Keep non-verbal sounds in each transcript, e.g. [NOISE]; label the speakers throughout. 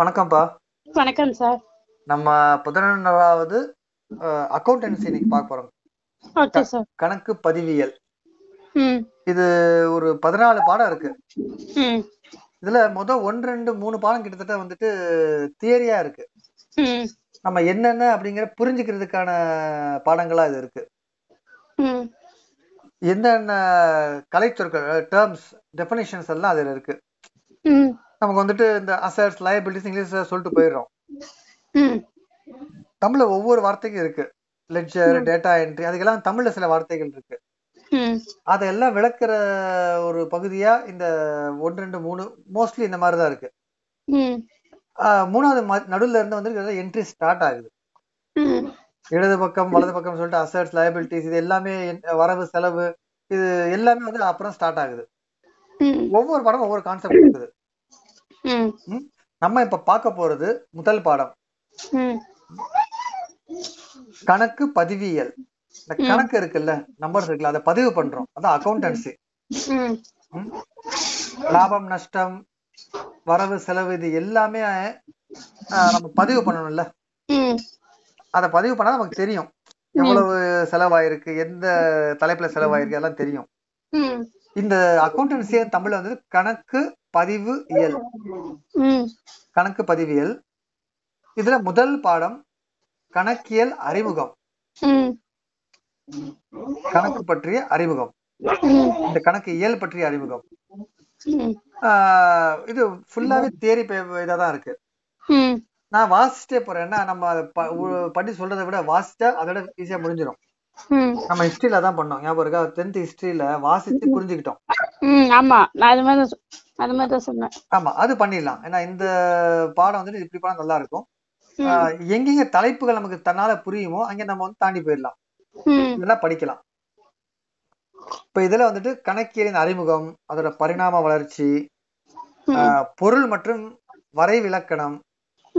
Speaker 1: வணக்கம்ப்பா
Speaker 2: வணக்கம் சார்
Speaker 1: நம்ம பதினொன்றாவது அக்கௌண்டன்சி இன்னைக்கு பார்க்க போறோம்
Speaker 2: ஓகே சார்
Speaker 1: கணக்கு பதிவியல்
Speaker 2: ம்
Speaker 1: இது ஒரு பதினாலு பாடம் இருக்கு
Speaker 2: ம்
Speaker 1: இதுல மொத ஒன்று ரெண்டு மூணு பாடம் கிட்டத்தட்ட வந்துட்டு தியரியா இருக்கு
Speaker 2: ம்
Speaker 1: நம்ம என்னென்ன அப்படிங்கிற புரிஞ்சுக்கிறதுக்கான பாடங்களா இது இருக்கு
Speaker 2: ம்
Speaker 1: என்னென்ன கலைச்சொற்கள் டேர்ம்ஸ் டெஃபினேஷன்ஸ் எல்லாம் அதுல இருக்கு
Speaker 2: ம்
Speaker 1: நமக்கு வந்துட்டு இந்த அசர்ஸ் liabilities இங்கிலீஷ்ல சொல்லிட்டு போயிடுறோம்
Speaker 2: ம்
Speaker 1: தமிழ்ல ஒவ்வொரு வார்த்தைக்கும் இருக்கு லெட்ஜர்
Speaker 2: ம்.
Speaker 1: டேட்டா என்ட்ரி அதுக்கெல்லாம் தமிழ்ல சில வார்த்தைகள் இருக்கு
Speaker 2: ம்
Speaker 1: அதெல்லாம் விளக்குற ஒரு பகுதியா இந்த ஒன்று ரெண்டு மூணு மோஸ்ட்லி இந்த மாதிரி தான் இருக்கு
Speaker 2: ம்
Speaker 1: ஆஹ் மூணாவது ம- நடுவுல இருந்து வந்து என்ட்ரி ஸ்டார்ட் ஆகுது
Speaker 2: ம்
Speaker 1: இடது பக்கம் வலது பக்கம் சொல்லிட்டு அசர்ட்ஸ் liabilities இது எல்லாமே என்- வரவு செலவு இது எல்லாமே வந்து அப்புறம் ஸ்டார்ட் ஆகுது
Speaker 2: ம்
Speaker 1: ஒவ்வொரு பாடம் ஒவ்வொரு கான்செப்ட் இருக்குது
Speaker 2: ம்
Speaker 1: நம்ம இப்ப பார்க்க போறது முதல் பாடம்
Speaker 2: ம்
Speaker 1: கணக்கு பதிவியல் இந்த
Speaker 2: ம்.
Speaker 1: கணக்கு இருக்குல்ல நம்பர்ஸ் இருக்குல்ல அதை பதிவு பண்றோம் அதான் அக்கௌண்டன்சி
Speaker 2: ம்
Speaker 1: லாபம் நஷ்டம் வரவு செலவு இது எல்லாமே ஆஹ் நம்ம பதிவு பண்ணணும்ல
Speaker 2: ம்
Speaker 1: அதை பதிவு பண்ணா நமக்கு தெரியும் எவ்வளவு செலவாயிருக்கு எந்த தலைப்புல செலவாயிருக்கு எல்லாம் தெரியும்
Speaker 2: ம்
Speaker 1: இந்த அக்கௌண்டன்சிய தமிழ்ல வந்து கணக்கு பதிவு இயல்
Speaker 2: ம்
Speaker 1: கணக்கு பதிவியல் இதுல முதல் பாடம் கணக்கியல் அறிமுகம்
Speaker 2: ம்
Speaker 1: கணக்கு பற்றிய அறிமுகம்
Speaker 2: ம்
Speaker 1: இந்த கணக்கு இயல் பற்றிய அறிமுகம்
Speaker 2: ம்
Speaker 1: ஆஹ் இது ஃபுல்லாவே தேரி இதா தான் இருக்கு
Speaker 2: ம்
Speaker 1: நான் வாசிச்சிட்டே போறேன் ஏன்னா நம்ம அதை ப- உ- படி சொல்றதை விட வாசிச்சா அதோட ஈஸியா முடிஞ்சிடும்
Speaker 2: ம்
Speaker 1: நம்ம ஹிஸ்டரியில தான் பண்ணோம் ஞாபகம் இருக்கா டென்த் ஹிஸ்டரியில வாசிச்சு புரிஞ்சுக்கிட்டோம்
Speaker 2: ம் ஆமா நான் அது மாதிரி தான் சொ- அது மாதிரி தான் சொன்னேன்
Speaker 1: ஆமா அது பண்ணிடலாம் ஏன்னா இந்த பாடம் வந்துட்டு இப்படி பாடம் நல்லா இருக்கும்
Speaker 2: ம்,
Speaker 1: ஆஹ் எங்கெங்க தலைப்புகள் நமக்கு தன்னால புரியுமோ அங்க நம்ம வந்து தாண்டி போயிடலாம்
Speaker 2: ம்
Speaker 1: இல்லைன்னா படிக்கலாம் இப்ப இதுல வந்துட்டு கணக்கியலின் அறிமுகம் அதோட பரிணாம வளர்ச்சி
Speaker 2: ம்
Speaker 1: ஆஹ் பொருள் மற்றும் வரைவிலக்கணம்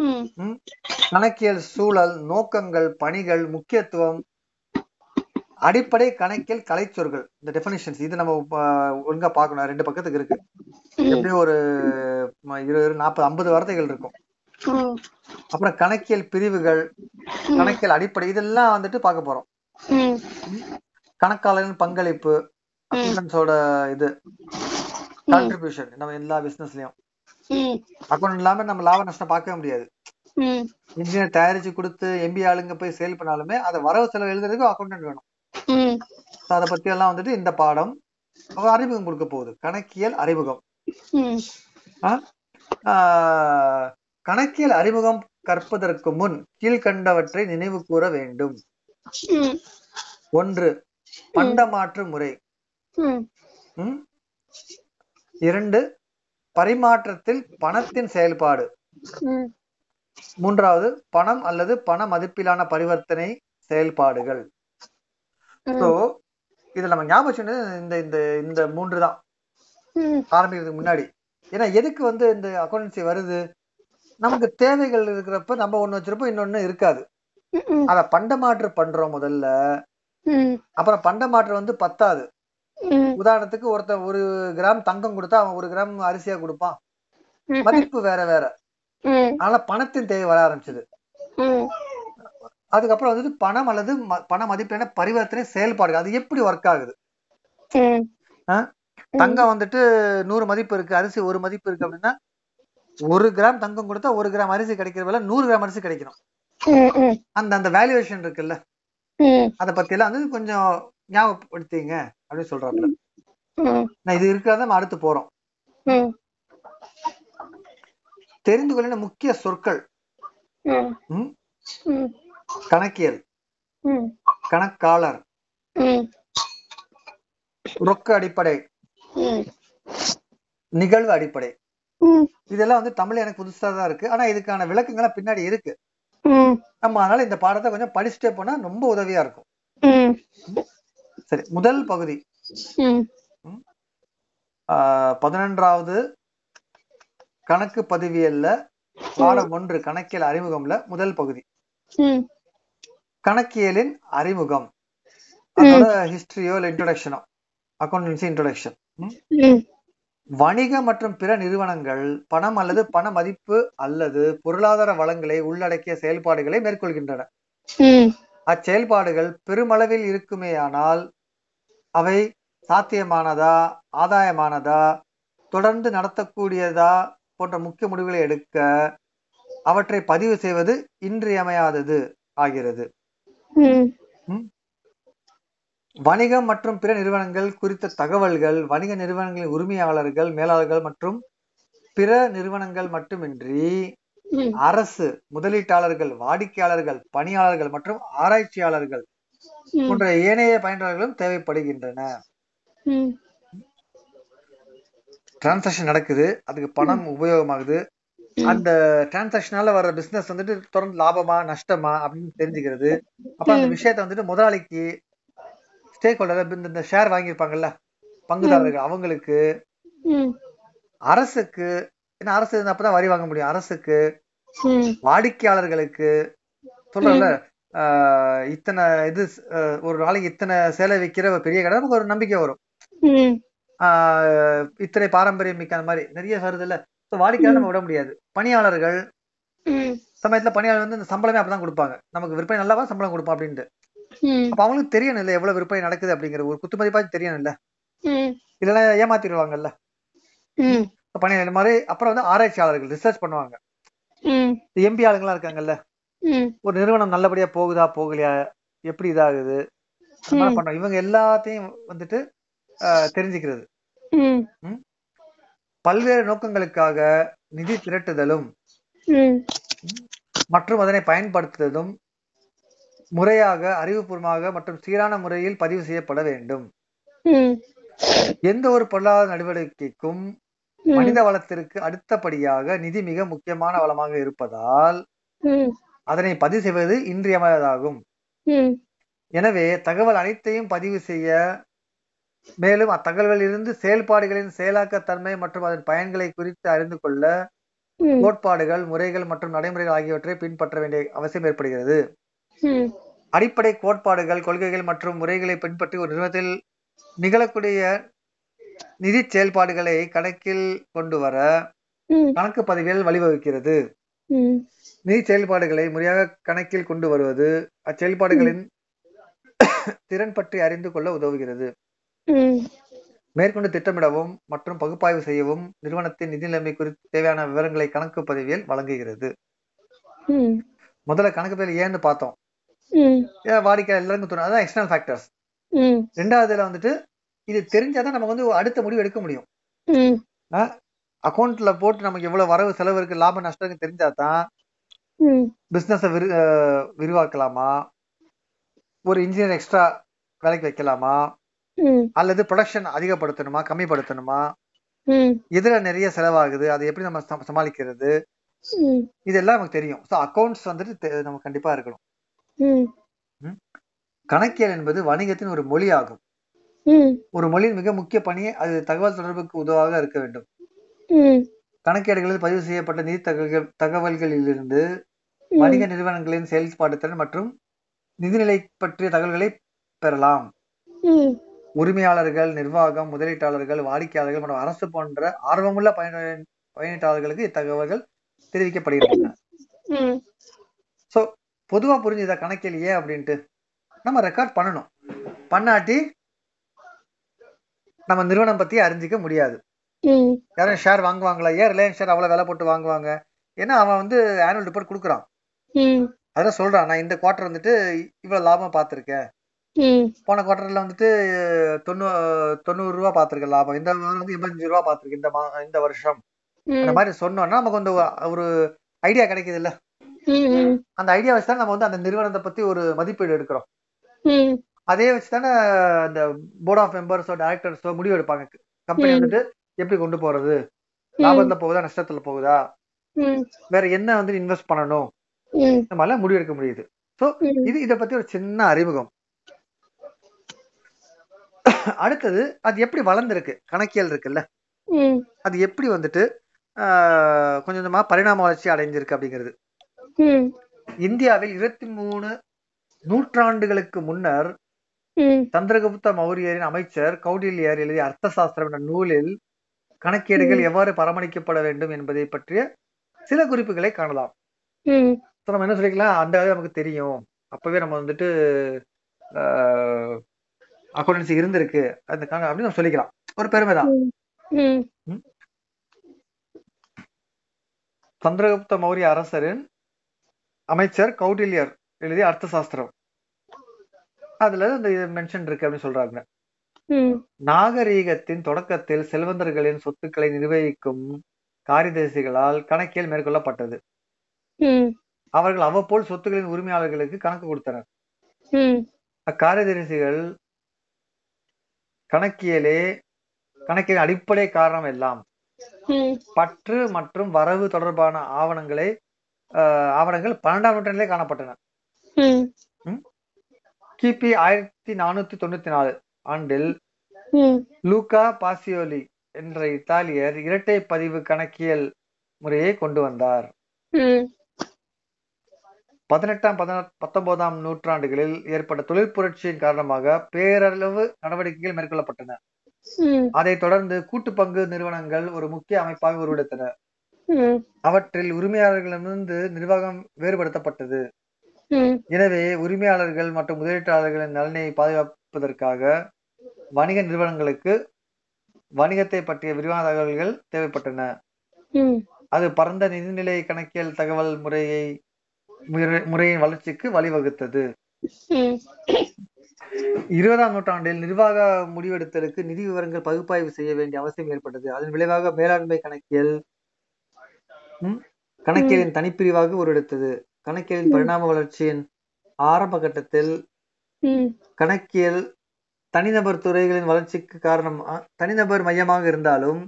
Speaker 2: ம்
Speaker 1: கணக்கியல் சூழல் நோக்கங்கள் பணிகள் முக்கியத்துவம் அடிப்படை கணக்கியல் கலைச்சொற்கள் இந்த டெபினிஷன்ஸ் இது நம்ம ஆஹ் ஒழுங்கா பார்க்கணும் ரெண்டு பக்கத்துக்கு இருக்கு
Speaker 2: ம்
Speaker 1: எப்படியும் ஒரு ம, இருபது நாற்பது ஐம்பது வார்த்தைகள் இருக்கும்
Speaker 2: ம்
Speaker 1: அப்புறம் கணக்கியல் பிரிவுகள் கணக்கியல் அடிப்படை இதெல்லாம் வந்துட்டு பார்க்க போறோம்
Speaker 2: ம்
Speaker 1: கணக்காளரின் பங்களிப்பு அக்கௌண்டன்ஸோட இது
Speaker 2: ம்
Speaker 1: கான்ட்ரிபியூஷன் நம்ம எல்லா பிசினஸ்லயும்
Speaker 2: ம்
Speaker 1: அக்கௌண்ட் இல்லாம நம்ம லாப நஷ்டம் பார்க்கவே முடியாது
Speaker 2: ம்
Speaker 1: இன்ஜினியர் தயாரிச்சு கொடுத்து எம்பி ஆளுங்க போய் சேல் பண்ணாலுமே அதை வரவு செலவு எழுதுறதுக்கு அக்கௌண்டன்ட் வேணும்
Speaker 2: ம்
Speaker 1: So அதை பத்தி எல்லாம் வந்துட்டு இந்த பாடம் ஒரு அறிமுகம் கொடுக்க போகுது கணக்கியல் அறிமுகம்
Speaker 2: ம்
Speaker 1: ஆஹ், கணக்கியல் அறிமுகம் கற்பதற்கு முன் கீழ்கண்டவற்றை நினைவு கூற வேண்டும்
Speaker 2: ம்
Speaker 1: ஒன்று பண்டமாற்று முறை
Speaker 2: ம்
Speaker 1: ம்? இரண்டு பரிமாற்றத்தில் பணத்தின் செயல்பாடு
Speaker 2: ம்
Speaker 1: மூன்றாவது பணம் அல்லது பண மதிப்பிலான பரிவர்த்தனை செயல்பாடுகள் ஸோ இதுல நம்ம ஞாபகம் வச்சுக்கிறது இந்த இந்த இந்த மூன்று தான்
Speaker 2: ம்
Speaker 1: ஆரம்பிக்கிறதுக்கு முன்னாடி ஏன்னா எதுக்கு வந்து இந்த அக்கௌண்டன்சி வருது நமக்கு தேவைகள் இருக்கிறப்ப நம்ம ஒண்ணு வச்சிருப்போம் இன்னொன்னு இருக்காது
Speaker 2: ம்
Speaker 1: அதை பண்டமாற்று பண்றோம் முதல்ல
Speaker 2: ம்
Speaker 1: அப்புறம் பண்டமாற்று வந்து பத்தாது
Speaker 2: ம்
Speaker 1: உதாரணத்துக்கு ஒருத்தன் ஒரு கிராம் தங்கம் கொடுத்தா அவன் ஒரு கிராம் அரிசியா கொடுப்பான்
Speaker 2: ம்
Speaker 1: மதிப்பு வேற வேற
Speaker 2: ம்
Speaker 1: அதனால பணத்தின் தேவை வர ஆரம்பிச்சது
Speaker 2: ம்
Speaker 1: அதுக்கப்புறம் வந்துட்டு பணம் அல்லது ம- பண மதிப்பிலான பரிவர்த்தனை செயல்பாடுகள் அது எப்படி ஒர்க் ஆகுது
Speaker 2: ம்
Speaker 1: தங்கம் வந்துட்டு நூறு மதிப்பு இருக்கு அரிசி ஒரு மதிப்பு இருக்கு அப்படின்னா ஒரு கிராம் தங்கம் கொடுத்தா ஒரு கிராம் அரிசி கிடைக்கிற வேலை நூறு கிராம் அரிசி கிடைக்கணும்
Speaker 2: ம் ம்
Speaker 1: அந்த அந்த வேல்யூவேஷன் இருக்குல்ல
Speaker 2: ம்
Speaker 1: அதை பத்தி எல்லாம் வந்து கொஞ்சம் ஞாபகப்படுத்திங்க அப்படின்னு சொல்றாப்புல
Speaker 2: ம்
Speaker 1: நான் இது இருக்கிறத நம்ம அடுத்து போறோம்
Speaker 2: ம்
Speaker 1: தெரிந்து கொள்ள முக்கிய சொற்கள்
Speaker 2: ம்
Speaker 1: ம்?
Speaker 2: ம்
Speaker 1: கணக்கியல்
Speaker 2: ம்
Speaker 1: கணக்காளர்
Speaker 2: ம்
Speaker 1: ரொக்க அடிப்படை
Speaker 2: ம்
Speaker 1: நிகழ்வு அடிப்படை
Speaker 2: ம்
Speaker 1: இதெல்லாம் வந்து தமிழ் எனக்கு புதுசா தான் இருக்கு ஆனா இதுக்கான விளக்கங்கள்லாம் பின்னாடி இருக்கு
Speaker 2: ம்
Speaker 1: நம்ம அதனால இந்த பாடத்தை கொஞ்சம் படிச்சுட்டே போனா ரொம்ப உதவியா இருக்கும்
Speaker 2: ம்
Speaker 1: சரி முதல் பகுதி
Speaker 2: ம்
Speaker 1: ஆஹ், பதினொன்றாவது கணக்கு பதிவியல்ல பாடம் ஒன்று கணக்கியல் அறிமுகம்ல முதல் பகுதி
Speaker 2: ம்
Speaker 1: கணக்கியலின் அறிமுகம் அதோட ஹிஸ்டரியோ இல்ல இன்ட்ரோடக்ஷனோ அக்கௌண்டன்சி இன்ட்ரோடக்ஷன்
Speaker 2: ம்
Speaker 1: வணிக மற்றும் பிற நிறுவனங்கள் பணம் அல்லது பண மதிப்பு அல்லது பொருளாதார வளங்களை உள்ளடக்கிய செயல்பாடுகளை மேற்கொள்கின்றன
Speaker 2: ம்
Speaker 1: அச்செயல்பாடுகள் பெருமளவில் இருக்குமேயானால் அவை சாத்தியமானதா ஆதாயமானதா தொடர்ந்து நடத்தக்கூடியதா போன்ற முக்கிய முடிவுகளை எடுக்க அவற்றை பதிவு செய்வது இன்றியமையாதது ஆகிறது
Speaker 2: ம்
Speaker 1: வணிகம் மற்றும் பிற நிறுவனங்கள் குறித்த தகவல்கள் வணிக நிறுவனங்களின் உரிமையாளர்கள் மேலாளர்கள் மற்றும் பிற நிறுவனங்கள் மட்டுமின்றி
Speaker 2: ம்
Speaker 1: அரசு முதலீட்டாளர்கள் வாடிக்கையாளர்கள் பணியாளர்கள் மற்றும் ஆராய்ச்சியாளர்கள்
Speaker 2: ம்
Speaker 1: போன்ற ஏனைய பயன்பாடுகளும் தேவைப்படுகின்றன
Speaker 2: ம்
Speaker 1: டிரான்சாக்ஷன் நடக்குது அதுக்கு பணம் உபயோகமாகுது அந்த டிரான்சாக்ஷனால வர பிசினஸ் வந்துட்டு தொடர்ந்து லாபமா நஷ்டமா அப்படின்னு தெரிஞ்சுக்கிறது அப்ப அந்த விஷயத்தை வந்துட்டு முதலாளிக்கு ஸ்டேக் ஹோல்டர் இந்த ஷேர் வாங்கியிருப்பாங்கல்ல பங்குதாரர்கள் அவங்களுக்கு
Speaker 2: ம்
Speaker 1: அரசுக்கு ஏன்னா அரசு இருந்தா அப்பதான் வரி வாங்க முடியும் அரசுக்கு
Speaker 2: ம்
Speaker 1: வாடிக்கையாளர்களுக்கு சொல்றல இத்தனை இது அஹ், ஒரு நாளைக்கு இத்தனை சேலை விற்கிற ஒரு பெரிய கடை நமக்கு ஒரு நம்பிக்கை வரும்
Speaker 2: ம்
Speaker 1: ஆஹ் இத்தனை பாரம்பரியம் மிக்க அந்த மாதிரி நிறைய வருதுல்ல ஸோ வாடிக்கையாளர் நம்ம விட முடியாது பணியாளர்கள்
Speaker 2: ம்
Speaker 1: சமயத்துல பணியாளர் வந்து இந்த சம்பளமே அப்பதான் கொடுப்பாங்க நமக்கு விற்பனை நல்லாவா சம்பளம் கொடுப்போம் அப்படின்ட்டு
Speaker 2: ம்
Speaker 1: அப்ப அவங்களுக்கு தெரியணும் இல்ல எவ்வளவு விற்பனை நடக்குது அப்படிங்கிற ஒரு குத்துமதிப்பாச்சும் தெரியணும் இல்ல
Speaker 2: ம்
Speaker 1: இல்லைன்னா ஏமாத்திடுவாங்கல்ல
Speaker 2: ம்
Speaker 1: So பணியாளர் இந்த மாதிரி அப்புறம் வந்து ஆராய்ச்சியாளர்கள் ரிசர்ச் பண்ணுவாங்க
Speaker 2: ம்
Speaker 1: எம்பி ஆளுங்களாம் இருக்காங்கல்ல
Speaker 2: ம்
Speaker 1: ஒரு நிறுவனம் நல்லபடியா போகுதா போகலையா எப்படி இதாகுது அந்த மாதிரி பண்ணுவாங்க இவங்க எல்லாத்தையும் வந்துட்டு ஆஹ் தெரிஞ்சுக்கிறது
Speaker 2: ம்
Speaker 1: பல்வேறு நோக்கங்களுக்காக நிதி திரட்டுதலும்
Speaker 2: ம்
Speaker 1: மற்றும் அதனை பயன்படுத்துவதும் முறையாக அறிவுபூர்வமாக மற்றும் சீரான முறையில் பதிவு செய்யப்பட வேண்டும்
Speaker 2: ம்
Speaker 1: எந்த ஒரு பொருளாதார நடவடிக்கைக்கும் மனித வளத்திற்கு அடுத்தபடியாக நிதி மிக முக்கியமான வளமாக இருப்பதால்
Speaker 2: ம்
Speaker 1: அதனை பதிவு செய்வது இன்றியமையாததாகும்
Speaker 2: ம்
Speaker 1: எனவே தகவல் அனைத்தையும் பதிவு செய்ய மேலும் அத்தகவலிலிருந்து செயல்பாடுகளின் செயலாக்கத்தன்மை மற்றும் அதன் பயன்களை குறித்து அறிந்து கொள்ள
Speaker 2: ம்
Speaker 1: கோட்பாடுகள் முறைகள் மற்றும் நடைமுறைகள் ஆகியவற்றை பின்பற்ற வேண்டிய அவசியம் ஏற்படுகிறது
Speaker 2: ம்
Speaker 1: அடிப்படை கோட்பாடுகள் கொள்கைகள் மற்றும் முறைகளை பின்பற்றி ஒரு நிறுவனத்தில் நிகழக்கூடிய நிதி செயல்பாடுகளை கணக்கில் கொண்டு வர
Speaker 2: ம்
Speaker 1: கணக்கு பதிவியல் வழிவகுக்கிறது
Speaker 2: ம்
Speaker 1: நிதி செயல்பாடுகளை முறையாக கணக்கில் கொண்டு வருவது அச்செயல்பாடுகளின் திறன் பற்றி அறிந்து கொள்ள உதவுகிறது
Speaker 2: ம்
Speaker 1: மேற்கொண்டு திட்டமிடவும் மற்றும் பகுப்பாய்வு செய்யவும் நிறுவனத்தின் நிதி நிலைமை குறித்து தேவையான விவரங்களை கணக்கு பதிவியல் வழங்குகிறது
Speaker 2: ம்
Speaker 1: முதல்ல கணக்கு பதிவியல் ஏன்னு பார்த்தோம்
Speaker 2: ம்
Speaker 1: ஏன் வாடிக்கையாளர் எல்லாருக்கும் தோணும் அதான் எக்ஸ்டர்னல் ஃபேக்டர்ஸ்
Speaker 2: ம்
Speaker 1: ரெண்டாவதுல வந்துட்டு இது தெரிஞ்சாதான் நமக்கு வந்து அடுத்த முடிவு எடுக்க முடியும்
Speaker 2: ம்
Speaker 1: அக்கௌண்ட்ல போட்டு நமக்கு எவ்வளவு வரவு செலவு இருக்கு லாப நஷ்டம் தெரிஞ்சா தான்
Speaker 2: ம்
Speaker 1: பிசினஸை விரு அஹ் விரிவாக்கலாமா ஒரு இன்ஜினியர் எக்ஸ்ட்ரா வேலைக்கு வைக்கலாமா
Speaker 2: ம்
Speaker 1: அல்லது ப்ரொடக்ஷன் அதிகப்படுத்தணுமா கம்மிப்படுத்தணுமா
Speaker 2: ம்
Speaker 1: இதுல நிறைய செலவாகுது அதை எப்படி நம்ம சம- சமாளிக்கிறது
Speaker 2: ம்
Speaker 1: இதெல்லாம் நமக்கு தெரியும் ஸோ அக்கௌண்ட்ஸ் வந்துட்டு தெ- நமக்கு கண்டிப்பா இருக்கணும்
Speaker 2: ம்
Speaker 1: கணக்கியல் என்பது வணிகத்தின் ஒரு மொழி ஆகும்
Speaker 2: ம்
Speaker 1: ஒரு மொழியின் மிக முக்கிய பணியே அது தகவல் தொடர்புக்கு உதவாக இருக்க வேண்டும்
Speaker 2: ம்
Speaker 1: கணக்கேடுகளில் பதிவு செய்யப்பட்ட நிதி தகவல்கள் தகவல்களிலிருந்து வணிக நிறுவனங்களின் செயல்பாடு திறன் மற்றும் நிதிநிலை பற்றிய தகவல்களை பெறலாம்
Speaker 2: ம்
Speaker 1: உரிமையாளர்கள் நிர்வாகம் முதலீட்டாளர்கள் வாடிக்கையாளர்கள் மற்றும் அரசு போன்ற ஆர்வமுள்ள பயன பயனீட்டாளர்களுக்கு இத்தகவல்கள் தெரிவிக்கப்படுகின்றன
Speaker 2: ம்
Speaker 1: ஸோ பொதுவாக புரிஞ்சுதா கணக்கில் ஏன் அப்படின்ட்டு நம்ம ரெக்கார்ட் பண்ணணும் பண்ணாட்டி நம்ம நிறுவனம் பத்தி அறிஞ்சிக்க முடியாது
Speaker 2: ம்
Speaker 1: யாரும் ஷேர் வாங்குவாங்களா ஏன் ரிலையன்ஸ் ஷேர் அவ்வளோ விலை போட்டு வாங்குவாங்க ஏன்னா அவன் வந்து ஆனுவல் ரிப்போர்ட் கொடுக்குறான்
Speaker 2: ம்
Speaker 1: அதான் சொல்றான் நான் இந்த குவார்டர் வந்துட்டு இவ்வளோ லாபம் பார்த்துருக்கேன்
Speaker 2: ம்
Speaker 1: போன குவார்டர்ல வந்துட்டு தொண்ணூ தொண்ணூறு ரூபா பார்த்திருக்கேன் லாபம் இந்த வாரம் வந்து எண்பத்தஞ்சு ரூபா பார்த்திருக்கேன் இந்த மா இந்த வருஷம் அந்த
Speaker 2: ம்
Speaker 1: மாதிரி சொன்னோம்னா நமக்கு வந்து ஒரு ஐடியா கிடைக்குது இல்ல
Speaker 2: ம்
Speaker 1: அந்த ஐடியா வச்சு தான் நம்ம வந்து அந்த நிறுவனத்தை பத்தி ஒரு மதிப்பீடு எடுக்கிறோம்
Speaker 2: ம்
Speaker 1: அதே வச்சு தானே அந்த போர்ட் ஆஃப் மெம்பர்ஸோ டைரக்டர்ஸோ முடிவு எடுப்பாங்க கம்பெனி
Speaker 2: ம்.
Speaker 1: வந்துட்டு எப்படி கொண்டு போறது லாபத்துல போகுதா நஷ்டத்துல போகுதா
Speaker 2: ம்
Speaker 1: வேற என்ன வந்து இன்வெஸ்ட் பண்ணணும்
Speaker 2: ம்
Speaker 1: இந்த மாதிரிலாம் முடிவு எடுக்க முடியுது ஸோ
Speaker 2: ம்
Speaker 1: இது இதை பத்தி ஒரு சின்ன அறிமுகம் அடுத்தது அது எப்படி வளர்ந்துருக்கு கணக்கியல் இருக்குல்ல
Speaker 2: ம்
Speaker 1: அது எப்படி வந்துட்டு ஆஹ், கொஞ்சம் கொஞ்சமா பரிணாம வளர்ச்சி அடைஞ்சிருக்கு அப்படிங்கிறது
Speaker 2: ம்
Speaker 1: இந்தியாவில் இருபத்தி மூணு நூற்றாண்டுகளுக்கு முன்னர்
Speaker 2: ம்
Speaker 1: சந்திரகுப்த மௌரியரின் அமைச்சர் கௌடில்யர் எழுதிய அர்த்தசாஸ்திரம் என்ற நூலில் கணக்கேடுகள் எவ்வாறு பராமரிக்கப்பட வேண்டும் என்பதை பற்றிய சில குறிப்புகளை காணலாம்
Speaker 2: ம்
Speaker 1: ஸோ நம்ம என்ன சொல்லிக்கலாம் அந்த அளவு நமக்கு தெரியும் அப்பவே நம்ம வந்துட்டு அக்கௌண்டன்சி இருந்திருக்கு அந்த கணக்கு அப்படின்னு நம்ம சொல்லிக்கலாம் ஒரு பெருமை தான்
Speaker 2: ம்
Speaker 1: சந்திரகுப்த மௌரிய அரசரின் அமைச்சர் கௌடில்யர் எழுதிய அர்த்த சாஸ்திரம் அதுல இந்த மென்ஷன் இருக்கு அப்படின்னு சொல்றாங்க
Speaker 2: ம்
Speaker 1: நாகரீகத்தின் தொடக்கத்தில் செல்வந்தர்களின் சொத்துக்களை நிர்வகிக்கும் காரிதேசிகளால் கணக்கியல் மேற்கொள்ளப்பட்டது
Speaker 2: ம்
Speaker 1: அவர்கள் அவ்வப்போல் சொத்துக்களின் உரிமையாளர்களுக்கு கணக்கு கொடுத்தனர்
Speaker 2: ம்
Speaker 1: அக்காரிதேசிகள் கணக்கியலே கணக்கியலின் அடிப்படை காரணம் எல்லாம்
Speaker 2: ம்
Speaker 1: பற்று மற்றும் வரவு தொடர்பான ஆவணங்களை அஹ், ஆவணங்கள் பன்னெண்டாம் நூற்றாண்டிலே காணப்பட்டன
Speaker 2: ம்
Speaker 1: கிபி ஆயிரத்தி நானூத்தி தொண்ணூத்தி நாலு ஆண்டில்
Speaker 2: ம்
Speaker 1: லூகா பாசியோலி என்ற இத்தாலியர் இரட்டை பதிவு கணக்கியல் முறையை கொண்டு வந்தார்
Speaker 2: ம்
Speaker 1: பதினெட்டாம் பதினா- பத்தொன்பதாம் நூற்றாண்டுகளில் ஏற்பட்ட தொழில் புரட்சியின் காரணமாக பேரளவு நடவடிக்கைகள் மேற்கொள்ளப்பட்டன
Speaker 2: ம்
Speaker 1: அதைத் தொடர்ந்து கூட்டு பங்கு நிறுவனங்கள் ஒரு முக்கிய அமைப்பாக உருவெடுத்தன
Speaker 2: ம்
Speaker 1: அவற்றில் உரிமையாளர்களிடமிருந்து நிர்வாகம் வேறுபடுத்தப்பட்டது
Speaker 2: ம்
Speaker 1: எனவே உரிமையாளர்கள் மற்றும் முதலீட்டாளர்களின் நலனை பாதுகாப்பதற்காக வணிக நிறுவனங்களுக்கு வணிகத்தை பற்றிய விரிவான தகவல்கள் தேவைப்பட்டன
Speaker 2: ம்
Speaker 1: அது பரந்த நிதிநிலை கணக்கியல் தகவல் முறையை முறை- முறையின் வளர்ச்சிக்கு வழிவகுத்தது
Speaker 2: ம்
Speaker 1: இருபதாம் நூற்றாண்டில் நிர்வாக முடிவெடுத்தலுக்கு நிதி விவரங்கள் பகுப்பாய்வு செய்ய வேண்டிய அவசியம் ஏற்பட்டது அதன் விளைவாக மேலாண்மை கணக்கியல் ம், கணக்கியலின் தனிப்பிரிவாக உருவெடுத்தது கணக்கியலின் பரிணாம வளர்ச்சியின் ஆரம்ப கட்டத்தில்
Speaker 2: ம்
Speaker 1: கணக்கியல் தனிநபர் துறைகளின் வளர்ச்சிக்கு காரணம் தனிநபர் மையமாக இருந்தாலும்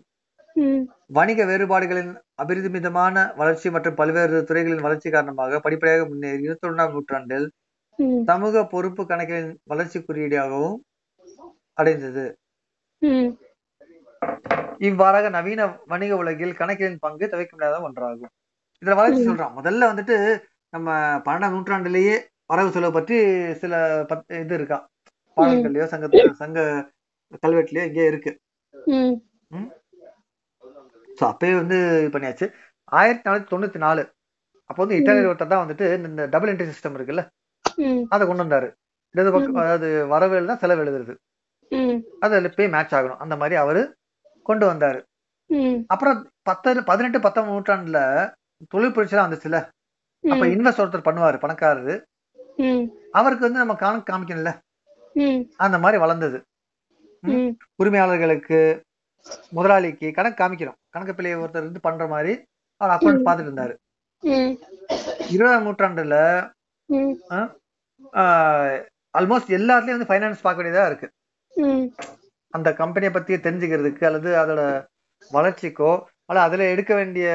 Speaker 2: ம்
Speaker 1: வணிக வேறுபாடுகளின் அபரிமிதமான வளர்ச்சி மற்றும் பல்வேறு துறைகளின் வளர்ச்சி காரணமாக படிப்படியாக முன்னேறி இருபத்தி ஒன்றாம் நூற்றாண்டில்
Speaker 2: ம்
Speaker 1: சமூக பொறுப்பு கணக்கின் வளர்ச்சி குறியீடாகவும் அடைந்தது
Speaker 2: ம்
Speaker 1: இவ்வாறாக நவீன வணிக உலகில் கணக்கியலின் பங்கு தவிர்க்க முடியாத ஒன்றாகும் இதுல வளர்ச்சி சொல்றான் முதல்ல வந்துட்டு நம்ம பன்னெண்டாம் நூற்றாண்டுலேயே வரவு செலவு பற்றி சில பத்- இது இருக்கா பாடல்கள்லயோ சங்க சங்க கல்வெட்டுலயோ இங்கே இருக்கு
Speaker 2: ம்
Speaker 1: ஸோ அப்பயே வந்து இது பண்ணியாச்சு ஆயிரத்தி நானூத்தி தொண்ணூத்தி நாலு அப்போ வந்து இட்டாலியர் ஒருத்தர் தான் வந்துட்டு இந்த டபுள் என்ட்ரி சிஸ்டம் இருக்குல்ல
Speaker 2: ம்
Speaker 1: அதை கொண்டு வந்தாரு இடது பக்கம்
Speaker 2: ம்.
Speaker 1: அதாவது வரவு எழுதுனா செலவு எழுதுறது
Speaker 2: ம்
Speaker 1: அது போய் மேட்ச் ஆகணும் அந்த மாதிரி அவரு கொண்டு வந்தாரு
Speaker 2: ம்
Speaker 1: அப்புறம் பத்து பதினெட்டு பத்தொன்பது நூற்றாண்டுல தொழில் புரட்சிலாம் வந்துச்சுல அப்ப
Speaker 2: ம்
Speaker 1: இன்வெஸ்ட் ஒருத்தர் பண்ணுவாரு பணக்காரரு
Speaker 2: ம்
Speaker 1: அவருக்கு வந்து நம்ம கணக்கு காமிக்கணும்ல
Speaker 2: ம்
Speaker 1: அந்த மாதிரி வளர்ந்தது
Speaker 2: ம்
Speaker 1: உரிமையாளர்களுக்கு முதலாளிக்கு கணக்கு காமிக்கிறோம் கணக்கு பிள்ளைய ஒருத்தர் இருந்து பண்ற மாதிரி அவர் அக்கௌண்ட் பார்த்துட்டு இருந்தாரு
Speaker 2: ம்
Speaker 1: இருபதாம் நூற்றாண்டுல
Speaker 2: ம்
Speaker 1: ஆல்மோஸ்ட் எல்லாத்துலயும் வந்து ஃபைனான்ஸ் பார்க்க வேண்டியதா இருக்கு
Speaker 2: ம்
Speaker 1: அந்த கம்பெனியை பத்தி தெரிஞ்சுக்கிறதுக்கு அல்லது அதோட வளர்ச்சிக்கோ அல்ல அதுல எடுக்க வேண்டிய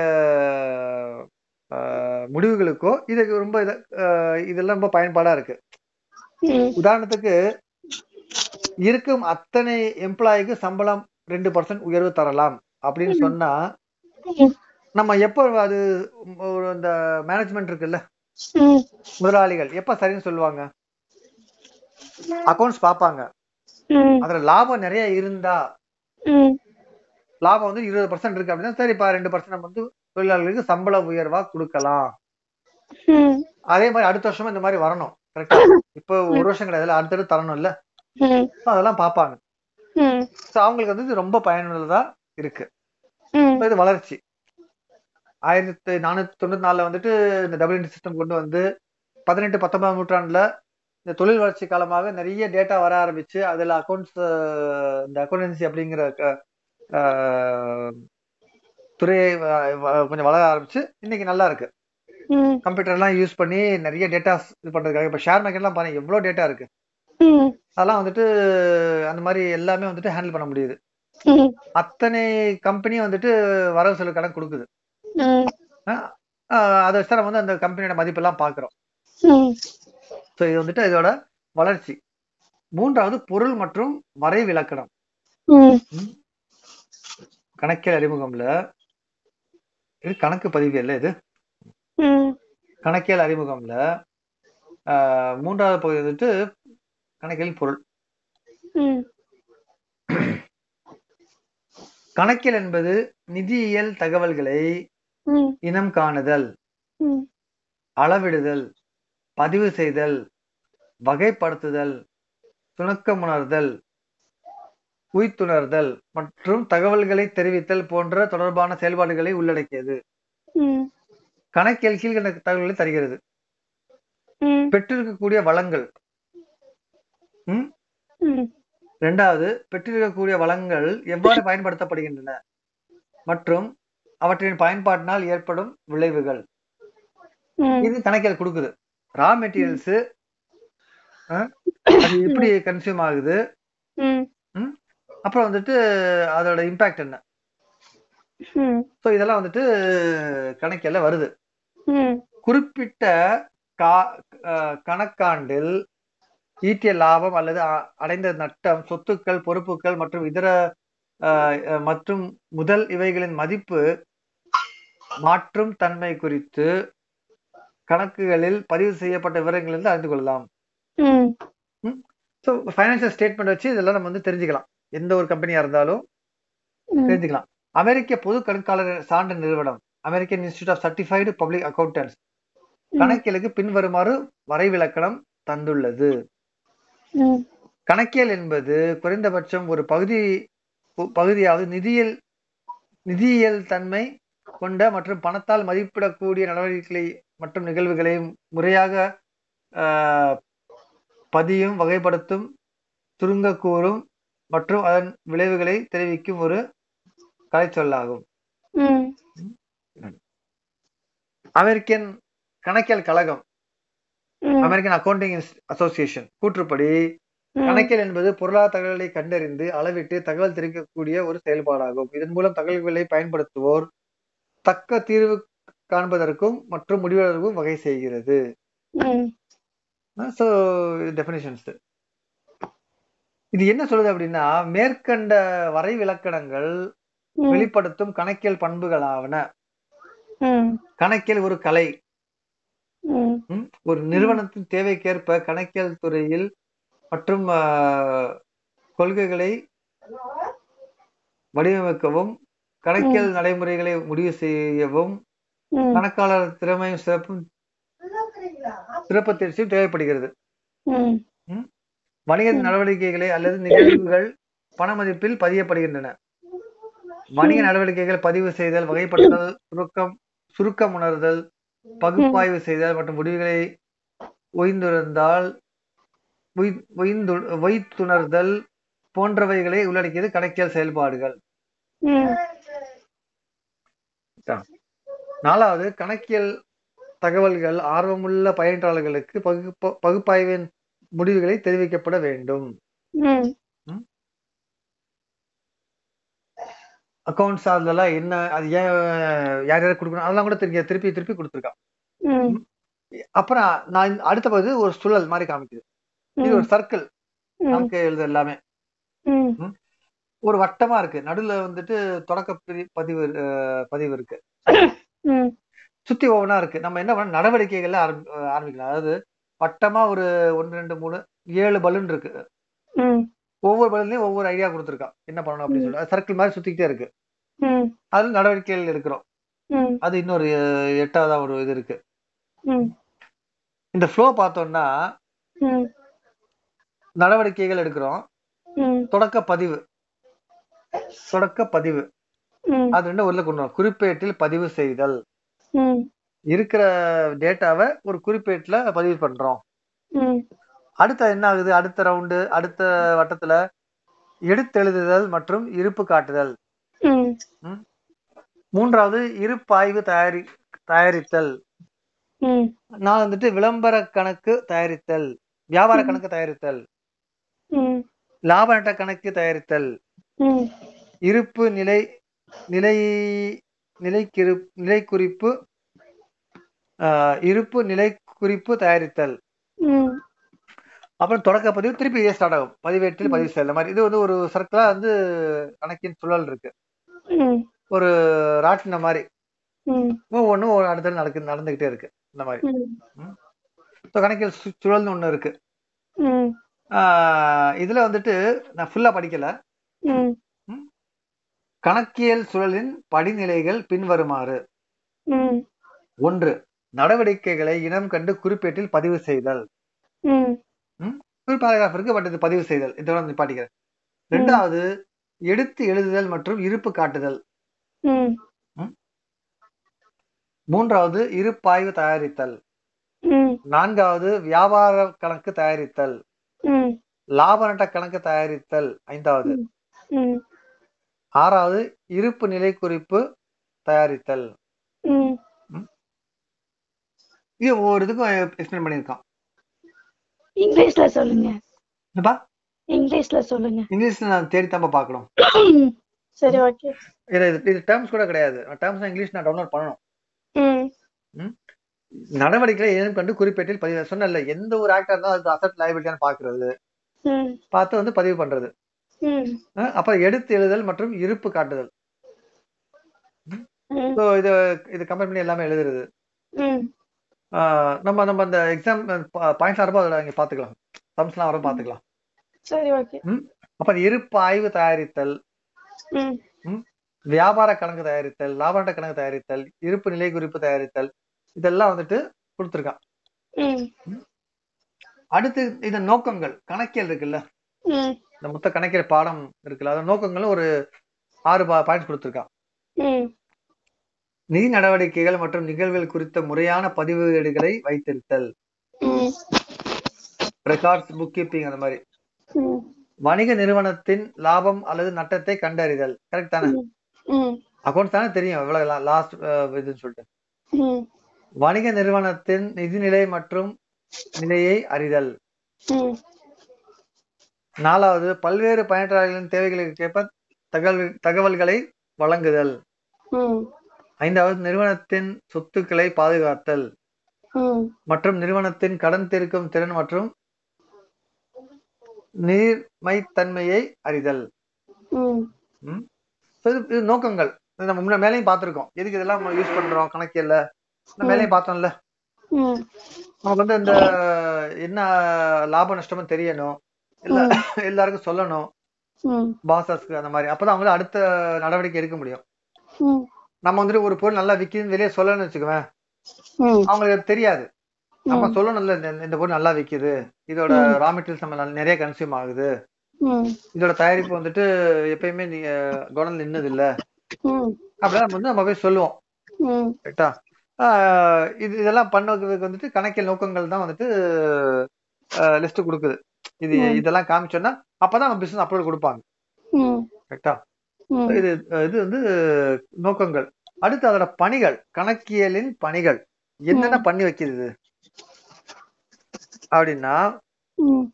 Speaker 1: அஹ், முடிவுகளுக்கோ இதுக்கு ரொம்ப இத- அஹ், இதெல்லாம் ரொம்ப பயன்பாடா இருக்கு
Speaker 2: ம்
Speaker 1: உதாரணத்துக்கு இருக்கும் அத்தனை எம்ப்ளாய்க்கு சம்பளம் ரெண்டு பர்சன்ட் உயர்வு தரலாம் அப்படின்னு சொன்னா
Speaker 2: ம்.
Speaker 1: நம்ம எப்போ அது ஒரு அந்த மேனேஜ்மெண்ட் இருக்குல்ல
Speaker 2: ம்
Speaker 1: முதலாளிகள் எப்ப சரின்னு சொல்லுவாங்க அக்கௌண்ட்ஸ் பார்ப்பாங்க
Speaker 2: ம்
Speaker 1: அதுல லாபம் நிறைய இருந்தா
Speaker 2: ம்
Speaker 1: லாபம் வந்து இருபது பர்சன்ட் இருக்கு அப்படின்னா சரிப்பா ரெண்டு பர்சன்ட் வந்து தொழிலாளர்களுக்கு சம்பள உயர்வா கொடுக்கலாம்
Speaker 2: ம்
Speaker 1: அதே மாதிரி அடுத்த வருஷமும் இந்த மாதிரி வரணும் கரெக்டா இப்போ ஒரு வருஷம் கிடையாது அடுத்தடுத்து தரணும் இல்ல
Speaker 2: ம்
Speaker 1: அதெல்லாம் பார்ப்பாங்க
Speaker 2: ம்
Speaker 1: ஸோ அவங்களுக்கு வந்து இது ரொம்ப பயனுள்ளதா இருக்கு
Speaker 2: ம்
Speaker 1: இப்ப இது வளர்ச்சி ஆயிரத்தி நானூத்தி தொண்ணூத்தி நாலுல வந்துட்டு இந்த டபுள் இன்ட்ரி சிஸ்டம் கொண்டு வந்து பதினெட்டு பத்தொன்பதாம் நூற்றாண்டுல இந்த தொழில் வளர்ச்சி காலமாக நிறைய டேட்டா வர ஆரம்பிச்சு அதுல அக்கௌண்ட்ஸ் இந்த அக்கௌண்டன்சி அப்படிங்கிற க- அஹ், துறையை வ- வ- கொஞ்சம் வளர ஆரம்பிச்சு இன்னைக்கு நல்லா இருக்கு
Speaker 2: ம்
Speaker 1: கம்ப்யூட்டர்லாம் யூஸ் பண்ணி நிறைய டேட்டாஸ் இது பண்றதுக்காக இப்ப ஷேர் மார்க்கெட்லாம் பாருங்க எவ்வளவு டேட்டா இருக்கு
Speaker 2: ம்
Speaker 1: அதெல்லாம் வந்துட்டு அந்த மாதிரி எல்லாமே வந்துட்டு ஹேண்டில் பண்ண முடியுது
Speaker 2: ம்
Speaker 1: அத்தனை கம்பெனி வந்துட்டு வரவு செலவு கணக்கு கொடுக்குது
Speaker 2: ம்
Speaker 1: ஆஹ் அதை வச்சு தான் நம்ம வந்து அந்த கம்பெனியோட மதிப்பெல்லாம் பார்க்குறோம்
Speaker 2: ம்
Speaker 1: ஸோ இது வந்துட்டு இதோட வளர்ச்சி மூன்றாவது பொருள் மற்றும் வரை விளக்கணம்
Speaker 2: ம்
Speaker 1: கணக்கியல் அறிமுகம்ல இது கணக்கு பதிவியல்ல இது
Speaker 2: ம்
Speaker 1: கணக்கியல் அறிமுகம்ல ஆஹ் மூன்றாவது பகுதி வந்துட்டு கணக்கியல் பொருள்
Speaker 2: ம்
Speaker 1: கணக்கியல் என்பது நிதியியல் தகவல்களை
Speaker 2: ம்,
Speaker 1: இனம் காணுதல்
Speaker 2: ம்,
Speaker 1: அளவிடுதல் பதிவு செய்தல் வகைப்படுத்துதல் துணுக்கமுணர்தல் உய்த்துணர்தல் மற்றும் தகவல்களை தெரிவித்தல் போன்ற தொடர்பான செயல்பாடுகளை உள்ளடக்கியது
Speaker 2: ம்,
Speaker 1: கணக்கியல் கீழ்கணக்கு தகவல்களை தருகிறது
Speaker 2: ம்,
Speaker 1: பெற்றிருக்கக்கூடிய வளங்கள் ம்
Speaker 2: ம்,
Speaker 1: இரண்டாவது பெற்றிருக்கக்கூடிய வளங்கள் எவ்வாறு பயன்படுத்தப்படுகின்றன மற்றும் அவற்றின் பயன்பாட்டினால் ஏற்படும் விளைவுகள்
Speaker 2: ம்.
Speaker 1: இது கணக்கியல் கொடுக்குது ரா மெட்டீரியல்ஸ் அது எப்படி கன்சியூம் ஆகுது
Speaker 2: ம்,
Speaker 1: அப்புறம் வந்துட்டு அதோட இம்பாக்ட் என்ன
Speaker 2: ம்,
Speaker 1: ஸோ இதெல்லாம் வந்துட்டு கணக்கியல்ல வருது
Speaker 2: ம்,
Speaker 1: குறிப்பிட்ட கா அஹ் கணக்காண்டில் ஈட்டிய லாபம் அல்லது அ- அடைந்த நட்டம் சொத்துக்கள் பொறுப்புகள் மற்றும் இதர அஹ், அஹ், மற்றும் முதல் இவைகளின் மதிப்பு மாற்றும் தன்மை குறித்து கணக்குகளில் பதிவு செய்யப்பட்ட விவரங்களிலிருந்து அறிந்து கொள்ளலாம்
Speaker 2: ம்.
Speaker 1: ஸோ ஃபைனான்சியல் ஸ்டேட்மெண்ட் வச்சு இதெல்லாம் நம்ம வந்து தெரிஞ்சுக்கலாம் எந்த ஒரு கம்பெனியா இருந்தாலும்
Speaker 2: ம்.
Speaker 1: தெரிஞ்சுக்கலாம் அமெரிக்க பொது கணக்காளர் சான்று நிறுவனம் American institute of certified public accountants கணக்கியலுக்கு பின்வருமாறு வரைவிலக்கணம் தந்துள்ளது
Speaker 2: ம்,
Speaker 1: கணக்கியல் என்பது குறைந்தபட்சம் ஒரு பகுதி பு- பகுதியாவது நிதியியல் நிதியியல் தன்மை கொண்ட மற்றும் பணத்தால் மதிப்பிடக்கூடிய நடவடிக்கைகளை மற்றும் நிகழ்வுகளை முறையாக ஆஹ், பதியும் வகைப்படுத்தும் சுருங்கக்கூறும் மற்றும் அதன் விளைவுகளை தெரிவிக்கும் ஒரு கலைச்சொல்லாகும்
Speaker 2: ம்,
Speaker 1: அமெரிக்கன் கணக்கியல் கழகம்
Speaker 2: ம்,
Speaker 1: அமெரிக்கன் அக்கவுண்டிங் அசோசியேஷன் கூற்றுப்படி
Speaker 2: ம்.
Speaker 1: கணக்கியல் என்பது பொருளாதார தகவல்களை கண்டறிந்து அளவிட்டு தகவல் தெரிவிக்கக்கூடிய ஒரு செயல்பாடாகும் இதன் மூலம் தகவல்களை பயன்படுத்துவோர் தக்க தீர்வு காண்பதற்கும் மற்றும் முடிவதற்கும் வகை செய்கிறது
Speaker 2: ம்,
Speaker 1: ஸோ டெஃபினிஷன்ஸ் இது என்ன சொல்லுது அப்படின்னா மேற்கண்ட வரை விளக்கணங்கள்
Speaker 2: ம்,
Speaker 1: வெளிப்படுத்தும் கணக்கியல் பண்புகளாவன
Speaker 2: ம்,
Speaker 1: கணக்கியல் ஒரு கலை
Speaker 2: ம்,
Speaker 1: ம், ஒரு நிறுவனத்தின் தேவைக்கேற்ப கணக்கியல் துறையில் மற்றும் ஆஹ், கொள்கைகளை வடிவமைக்கவும் கணக்கியல் நடைமுறைகளை முடிவு செய்யவும்
Speaker 2: ம்,
Speaker 1: கணக்காளர் திறமையும் சிறப்பும் சிறப்பு தேர்ச்சியும் தேவைப்படுகிறது
Speaker 2: ம்,
Speaker 1: வணிக நடவடிக்கைகளை அல்லது நிகழ்வுகள் பண மதிப்பில் பதியப்படுகின்றன வணிக நடவடிக்கைகள் பதிவு செய்தல் வகைப்படுத்தல் சுருக்கம் சுருக்கம் உணர்தல் பகுப்பாய்வு செய்தல் மற்றும் முடிவுகளை ஒய்ந்துணர்ந்தால் ஒய்- ஒய்ந்து- ஒய்த்துணர்தல் போன்றவைகளை உள்ளடக்கியது கணக்கியல் செயல்பாடுகள்
Speaker 2: ம்,
Speaker 1: நாலாவது கணக்கியல் தகவல்கள் ஆர்வமுள்ள பயின்றாளர்களுக்கு பகுப்பு- பகுப்பாய்வின் முடிவுகளை தெரிவிக்கப்பட வேண்டும்
Speaker 2: ம்,
Speaker 1: அக்கௌண்ட்ஸ் அதெல்லாம் என்ன அது ஏன் யார் யார் கொடுக்கணும் அதெல்லாம் கூட திருப்பி திருப்பி திருப்பி கொடுத்துருக்கான்
Speaker 2: ம்,
Speaker 1: அப்புறம் நான் இந்த- அடுத்த பகுதி ஒரு சுழல் மாதிரி காமிக்குது இது ஒரு சர்க்கிள்
Speaker 2: ம்,
Speaker 1: நமக்கு எழுது எல்லாமே
Speaker 2: ம்,
Speaker 1: ஒரு வட்டமா இருக்கு நடுவுல வந்துட்டு தொடக்க பிரி- பதிவு அஹ், பதிவு இருக்கு
Speaker 2: ம்,
Speaker 1: சுத்தி ஒவ்வொன்றா இருக்கு நம்ம என்ன பண்ண நடவடிக்கைகள்ல ஆரம்பி- அஹ், ஆரம்பிக்கலாம் அதாவது வட்டமா ஒரு ஒன்று ரெண்டு மூணு ஏழு பலூன் இருக்கு
Speaker 2: ம்,
Speaker 1: ஒவ்வொரு பலூன்லயும் ஒவ்வொரு ஐடியா கொடுத்துருக்கான் என்ன பண்ணணும் அப்படின்னு சொல்லி சர்க்கிள் மாதிரி சுத்திக்கிட்டே இருக்கு
Speaker 2: ம்,
Speaker 1: அது நடவடிக்கைகள் இருக்கிறோம்
Speaker 2: ம்,
Speaker 1: அது இன்னொரு அஹ், எட்டாவதா ஒரு இது இருக்கு
Speaker 2: ம்,
Speaker 1: இந்த ஃப்ளோ பார்த்தோம்னா
Speaker 2: ம்,
Speaker 1: நடவடிக்கைகள் எடுக்கிறோம்
Speaker 2: ம்,
Speaker 1: தொடக்க பதிவு தொடக்க பதிவு
Speaker 2: ம்,
Speaker 1: அது ரெண்டு உள்ள கொண்டு வரும். குறிப்பேட்டில் பதிவு செய்தல்
Speaker 2: ம்,
Speaker 1: இருக்கிற டேட்டாவை ஒரு குறிப்பேட்டில் பதிவு பண்றோம்
Speaker 2: ம்,
Speaker 1: அடுத்த என்ன ஆகுது அடுத்த ரவுண்டு அடுத்த வட்டத்துல எடுத்தெழுதுதல் மற்றும் இருப்பு காட்டுதல்
Speaker 2: ம்,
Speaker 1: மூன்றாவது இருப்பாய்வு தயாரி தயாரித்தல்
Speaker 2: ம்,
Speaker 1: நான் வந்துட்டு விளம்பர கணக்கு தயாரித்தல் வியாபார கணக்கு தயாரித்தல்
Speaker 2: ம்,
Speaker 1: லாப நட்ட கணக்கு தயாரித்தல்
Speaker 2: ம்,
Speaker 1: இருப்பு நிலை நிலை நிலைக்கிரு நிலை குறிப்பு இருப்பு நிலை குறிப்பு தயாரித்தல்
Speaker 2: ம்,
Speaker 1: அப்புறம் தொடக்க பதிவு திருப்பி இதே ஸ்டார்ட் ஆகும் பதிவேட்டில் பதிவு செய்யல மாதிரி இது வந்து ஒரு சர்க்கிளா வந்து கணக்கின் சுழல் இருக்கு
Speaker 2: ம்,
Speaker 1: ஒரு ராட்டின மாதிரி
Speaker 2: ம்,
Speaker 1: ஒவ்வொன்றும் ஒரு இடத்துல நடக்கு நடந்துகிட்டே இருக்கு இந்த மாதிரி
Speaker 2: ம்,
Speaker 1: ஸோ கணக்கில் சு- சுழல்னு ஒன்று இருக்கு
Speaker 2: ம்,
Speaker 1: ஆஹ் இதுல வந்துட்டு நான் ஃபுல்லா படிக்கல
Speaker 2: ம்,
Speaker 1: கணக்கியல் சுழலின் படிநிலைகள் பின்வருமாறு
Speaker 3: ம்
Speaker 2: Mm,
Speaker 1: ஒன்று நடவடிக்கைகளை இனம் கண்டு குறிப்பேட்டில் பதிவு செய்தல்
Speaker 2: mm,
Speaker 3: ம்
Speaker 1: ஒரு பேராகிராஃப் இருக்கு பட் இது பதிவு செய்தல் இதோட நிப்பாட்டிக்கிறேன் ரெண்டாவது எடுத்து எழுதுதல் மற்றும் இருப்பு காட்டுதல்
Speaker 2: mm,
Speaker 3: ம்
Speaker 1: மூன்றாவது இருப்பாய்வு தயாரித்தல்
Speaker 2: mm,
Speaker 3: ம்
Speaker 1: நான்காவது வியாபார கணக்கு தயாரித்தல்
Speaker 2: mm,
Speaker 3: ம்
Speaker 1: லாப நட்ட கணக்கு தயாரித்தல் ஐந்தாவது
Speaker 2: mm,
Speaker 3: ம்
Speaker 1: ஆறாவது இருப்பு நிலை குறிப்பு தயாரித்தல்
Speaker 2: mm.
Speaker 3: ம்
Speaker 1: இது ஒவ்வொரு இதுக்கும் எக்ஸ்பிளைன் பண்ணியிருக்கான்
Speaker 3: இங்கிலீஷ்ல சொல்லுங்க
Speaker 1: என்னப்பா
Speaker 3: இங்கிலீஷ்ல
Speaker 1: [COUGHS]
Speaker 3: சொல்லுங்க
Speaker 1: இங்கிலீஷ்ல நான் தேடி தான் பார்க்கணும்
Speaker 3: சரி ஓகே
Speaker 1: இது இது டேர்ம்ஸ் கூட கிடையாது டேர்ம்ஸ் இங்கிலீஷ் நான் டவுன்லோட் பண்ணணும்
Speaker 3: ம்
Speaker 1: நடவடிக்கைகளை ஏதும் கண்டு குறிப்பேட்டில் பதிவு சொன்னல எந்த ஒரு ஆக்டா இருந்தாலும் அது அசட் லைபிலிட்டியான்னு பாக்குறது
Speaker 3: ம்
Speaker 1: பார்த்து வந்து பதிவு பண்றது
Speaker 3: ம்
Speaker 1: அஹ் அப்புறம் எடுத்து எழுதல் மற்றும் இருப்பு காட்டுதல்
Speaker 3: ம்
Speaker 1: ஸோ இது இது கம்பேர் பண்ணி எல்லாமே எழுதுறது
Speaker 3: ம்
Speaker 1: அஹ் நம்ம நம்ம அந்த எக்ஸாம் பாயிண்ட்ஸ் வரப்போ அதில் இங்கே பார்த்துக்கலாம் சம்ஸ்லாம் வர பார்த்துக்கலாம்
Speaker 3: சரி ஓகே
Speaker 1: அப்புறம் இருப்பு ஆய்வு தயாரித்தல்
Speaker 3: ம்
Speaker 1: வியாபார கணக்கு தயாரித்தல் லாப நட்ட கணக்கு தயாரித்தல் இருப்பு நிலை குறிப்பு தயாரித்தல் இதெல்லாம் வந்துட்டு கொடுத்துருக்கான்
Speaker 3: ம்
Speaker 1: அடுத்து இது நோக்கங்கள் கணக்கியல் இருக்குல்ல
Speaker 3: ம்
Speaker 1: இந்த மொத்த கணக்கியல் பாடம் இருக்குல்ல அதோட நோக்கங்களும் ஒரு ஆறு பாயிண்ட்ஸ் கொடுத்துருக்கான்
Speaker 3: ம்
Speaker 1: நிதி நடவடிக்கைகள் மற்றும் நிகழ்வுகள் குறித்த முறையான பதிவேடுகளை வைத்திருத்தல்
Speaker 3: ம்
Speaker 1: ரெக்கார்ட்ஸ் புக் கீப்பிங் அந்த மாதிரி
Speaker 3: ம்
Speaker 1: வணிக நிறுவனத்தின் லாபம் அல்லது நட்டத்தை கண்டறிதல் கரெக்ட் தானே
Speaker 3: ம்
Speaker 1: அக்கௌண்ட்ஸ் தானே தெரியும் எவ்வளவு லாஸ்ட் இதுன்னு சொல்லிட்டு
Speaker 3: ம்
Speaker 1: வணிக நிறுவனத்தின் நிதிநிலை மற்றும் நிலையை அறிதல்
Speaker 3: ம்
Speaker 1: நாலாவது பல்வேறு பயனாளர்களின் தேவைகளுக்கேற்ப தகவல் தகவல்களை வழங்குதல்
Speaker 3: ம்
Speaker 1: ஐந்தாவது நிறுவனத்தின் சொத்துக்களை பாதுகாத்தல்
Speaker 3: ம்
Speaker 1: மற்றும் நிறுவனத்தின் கடன் தீர்க்கும் திறன் மற்றும் நீர்மைத்தன்மையை அறிதல்
Speaker 3: ம்
Speaker 1: So, இது இது நோக்கங்கள் இது நம்ம முன்ன மேலையும் பார்த்திருக்கோம் எதுக்கு இதெல்லாம் யூஸ் பண்றோம் கணக்கியல்ல நம்ம மேலையும் பார்த்தோம்ல
Speaker 3: ம்
Speaker 1: நமக்கு வந்து இந்த என்ன லாப நஷ்டமும் தெரியணும் இல்ல எல்லாருக்கும் சொல்லணும்
Speaker 3: ம்
Speaker 1: பாசஸ்க்கு அந்த மாதிரி அப்பதான் அவங்களும் அடுத்த நடவடிக்கை எடுக்க முடியும்
Speaker 3: ம்
Speaker 1: நம்ம வந்துட்டு ஒரு பொருள் நல்லா விக்குதுன்னு வெளியே சொல்லணும்னு வச்சுக்குவேன்
Speaker 3: ம்
Speaker 1: அவங்களுக்கு அது தெரியாது நம்ம
Speaker 3: ம்.
Speaker 1: சொல்லணும்ல இந்த- இந்த பொருள் நல்லா விக்குது இதோட ரா மெட்டீரியல்ஸ் நம்ம நல்ல- நிறைய கன்சியூம் ஆகுது
Speaker 3: ம்
Speaker 1: இதோட தயாரிப்பு வந்துட்டு எப்பயுமே நீங்க குணம் நின்னது இல்ல
Speaker 3: ம்
Speaker 1: அப்படிலாம் வந்து நம்ம போய் சொல்லுவோம்
Speaker 3: ம்
Speaker 1: கரெக்டா இது இதெல்லாம் பண்ணுறதுக்கு வந்துட்டு கணக்கியல் நோக்கங்கள் தான் வந்துட்டு லிஸ்ட் கொடுக்குது இது
Speaker 3: ம்.
Speaker 1: இதெல்லாம் காமிச்சோன்னா அப்பதான் நம்ம பிசினஸ் அப்ரோல் கொடுப்பாங்க
Speaker 3: ம்
Speaker 1: கரெக்டா
Speaker 3: ம்
Speaker 1: இது இது வந்து நோக்கங்கள் அடுத்து அதோட பணிகள் கணக்கியலின் பணிகள் என்னென்ன பண்ணி வைக்கிறது இது? அப்படின்னா
Speaker 3: ம்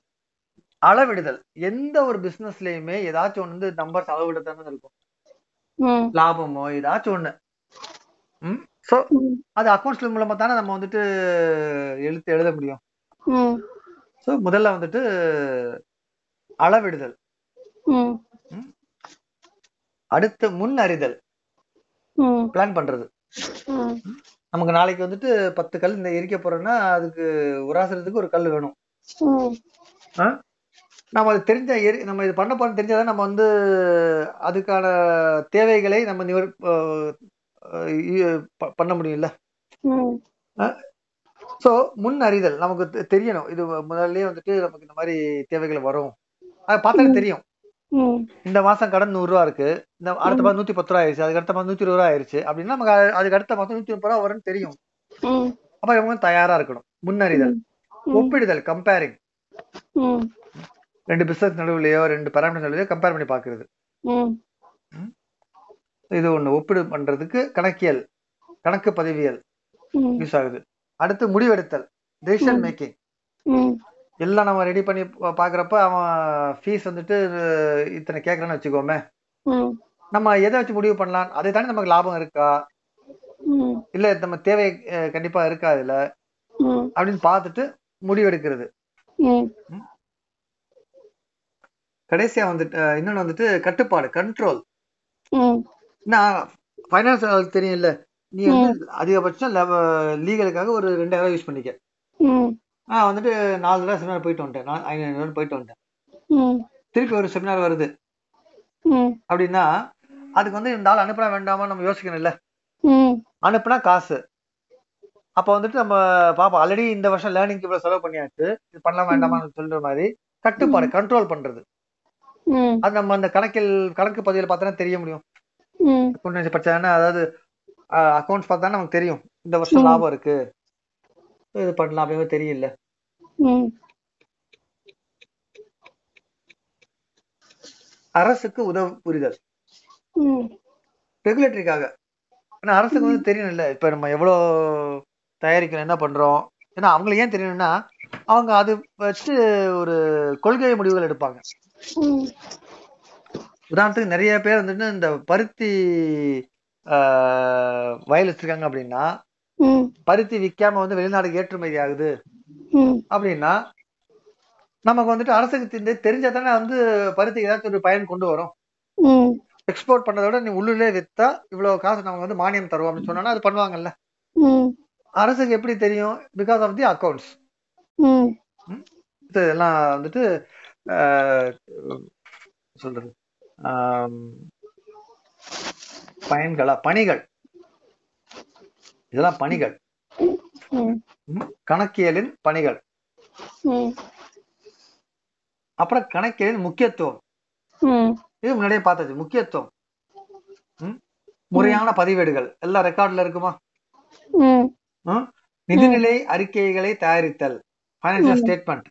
Speaker 1: அளவிடுதல் எந்த ஒரு பிசினஸ்லயுமே ஏதாச்சும் ஒண்ணு வந்து நம்பர்ஸ் அளவிடுதானே இருக்கும்
Speaker 3: ம்
Speaker 1: லாபமோ ஏதாச்சும் ஒண்ணு ம் ஸோ
Speaker 3: ம்.
Speaker 1: அது அக்கௌண்ட்ஸ் மூலமா தானே நம்ம வந்துட்டு எழுத்து எழுத முடியும்
Speaker 3: ம்
Speaker 1: ஸோ முதல்ல வந்துட்டு அளவிடுதல்
Speaker 3: ம்
Speaker 1: அடுத்து முன் அறிதல்
Speaker 3: ம்
Speaker 1: பிளான் பண்றது
Speaker 3: ம்
Speaker 1: நமக்கு நாளைக்கு வந்துட்டு பத்து கல் இந்த எரிக்க போறோம்னா அதுக்கு உராசுறதுக்கு ஒரு கல் வேணும்
Speaker 3: ம்
Speaker 1: நம்ம அது தெரிஞ்ச எரி நம்ம இது பண்ண போறோம் தெரிஞ்சாதான் நம்ம வந்து அதுக்கான தேவைகளை நம்ம நிவர் அஹ், அஹ், இ- ப- பண்ண முடியும்ல
Speaker 3: ம்
Speaker 1: ஸோ முன் அறிதல் நமக்கு தெ- தெரியணும் இது முதல்லயே வந்துட்டு நமக்கு இந்த மாதிரி தேவைகள் வரும் அதை பார்த்தாலே தெரியும்
Speaker 3: ம்
Speaker 1: இந்த மாசம் கடன் நூறு ரூபா இருக்கு இந்த அடுத்த மாதம் நூத்தி பத்து ரூபா ஆயிருச்சு அதுக்கு அடுத்த மாதம் நூத்தி இருபது ரூபா ஆயிருச்சு அப்படின்னா நமக்கு அ- அதுக்கு அடுத்த மாசம் நூத்தி முப்பது ரூபா வரும்னு தெரியும்
Speaker 3: ம்
Speaker 1: அப்ப இவங்க வந்து தயாரா இருக்கணும் முன்னறிதல்
Speaker 3: ம்
Speaker 1: ஒப்பிடுதல் கம்பேரிங்
Speaker 3: ம்
Speaker 1: ரெண்டு பிசினஸ் நடுவுலயோ ரெண்டு பேராமீட்டர் நடுவுலயோ கம்பேர் பண்ணி பாக்குறது
Speaker 3: ம்
Speaker 1: இது ஒண்ணு ஒப்பிடு பண்றதுக்கு கணக்கியல் கணக்கு பதிவியல்
Speaker 3: ம்
Speaker 1: யூஸ் ஆகுது அடுத்து முடிவெடுத்தல் டெசிஷன் மேக்கிங்
Speaker 3: ம்
Speaker 1: எல்லாம் நம்ம ரெடி பண்ணி பா- பாக்குறப்ப அவன் ஃபீஸ் வந்துட்டு அஹ், இத்தனை கேக்குறான்னு வச்சுக்கோமே
Speaker 3: ம்
Speaker 1: நம்ம எதை வச்சு முடிவு பண்ணலாம் அதை தாண்டி நமக்கு லாபம் இருக்கா
Speaker 3: ம்
Speaker 1: இல்ல நம்ம தேவை அஹ், கண்டிப்பா இருக்கா இதுல
Speaker 3: ம்
Speaker 1: அப்படின்னு பார்த்துட்டு முடிவெடுக்கிறது
Speaker 3: ம்
Speaker 1: கடைசியா வந்துட்டு அஹ், இன்னொன்னு வந்துட்டு கட்டுப்பாடு கண்ட்ரோல்
Speaker 3: ம்
Speaker 1: நான் ஃபைனான்ஸ் தெரியும் இல்ல நீ வந்து அதிகபட்சம் லீகலுக்காக ஒரு ரெண்டாயிரம் யூஸ் பண்ணிக்க
Speaker 3: ம்
Speaker 1: நான் வந்துட்டு நாலு தடவை செமினார் போயிட்டு வந்துட்டேன் நான் ஐநூறு போயிட்டு வந்துட்டேன்
Speaker 3: ம்
Speaker 1: திருப்பி ஒரு செமினார் வருது
Speaker 3: ம்
Speaker 1: அப்படின்னா அதுக்கு வந்து இந்த ஆள் அனுப்பினா வேண்டாமா நம்ம யோசிக்கணும்ல
Speaker 3: ம்
Speaker 1: அனுப்புனா காசு அப்போ வந்துட்டு நம்ம பாப்போம் ஆல்ரெடி இந்த வருஷம் லேர்னிங் இவ்வளவு செலவு பண்ணியாச்சு இது பண்ணலாம் வேண்டாமான்னு சொல்ற மாதிரி கட்டுப்பாடு கண்ட்ரோல் பண்றது
Speaker 3: ம்
Speaker 1: அது நம்ம அந்த கணக்கில் கணக்கு பதிவில் பார்த்தா தெரிய முடியும்
Speaker 3: ம்
Speaker 1: அக்கௌண்ட் படிச்சாங்கன்னா அதாவது அக்கௌண்ட்ஸ் பார்த்தா நமக்கு தெரியும் இந்த வருஷம்
Speaker 3: ம்.
Speaker 1: லாபம் இருக்கு இது பண்ணலாம் அப்படின்னு தெரியல
Speaker 3: ம்
Speaker 1: அரசுக்கு உதவு புரிதல்
Speaker 3: ம்
Speaker 1: ரெகுலேட்டரிக்காக ஏன்னா அரசுக்கு வந்து தெரியணும்ல இப்ப நம்ம எவ்வளோ தயாரிக்கிறோம் என்ன பண்றோம் ஏன்னா அவங்களுக்கு ஏன் தெரியணும்னா அவங்க அது வச்சு ஒரு கொள்கை முடிவுகள் எடுப்பாங்க
Speaker 3: ம்
Speaker 1: உதாரணத்துக்கு நிறைய பேர் வந்துட்டு இந்த பருத்தி ஆஹ், வயல் வச்சிருக்காங்க அப்படின்னா
Speaker 3: ம்
Speaker 1: பருத்தி விற்காம வந்து வெளிநாடுக்கு ஏற்றுமதி ஆகுது
Speaker 3: ம்
Speaker 1: அப்படின்னா நமக்கு வந்துட்டு அரசுக்கு தெரிஞ்ச தெரிஞ்சா தானே வந்து பருத்தி ஏதாச்சும் ஒரு பயன் கொண்டு வரும்
Speaker 3: ம்
Speaker 1: எக்ஸ்போர்ட் பண்றதை விட நீ உள்ளூர்லயே வித்தா இவ்வளவு காசு நமக்கு வந்து மானியம் தருவோம் அப்படின்னு சொன்னா அது பண்ணுவாங்கல்ல
Speaker 3: ம்
Speaker 1: அரசுக்கு எப்படி தெரியும் பிகாஸ் ஆஃப் தி அக்கௌண்ட்ஸ்
Speaker 3: ம்
Speaker 1: இதெல்லாம் வந்துட்டு ஆஹ், சொல்றது ஆம், பயன்களா பணிகள் இதெல்லாம் பணிகள்
Speaker 3: ம்
Speaker 1: ம், கணக்கியலின் பணிகள்
Speaker 3: ம்
Speaker 1: அப்புறம் கணக்கியலின் முக்கியத்துவம்
Speaker 3: ம்
Speaker 1: இது முன்னாடியே பார்த்தாச்சு முக்கியத்துவம் ம், முறையான பதிவேடுகள் எல்லாம் ரெக்கார்ட்ல இருக்குமா
Speaker 3: ம்
Speaker 1: ம், நிதிநிலை அறிக்கைகளை தயாரித்தல் ஃபைனான்சியல் ஸ்டேட்மெண்ட்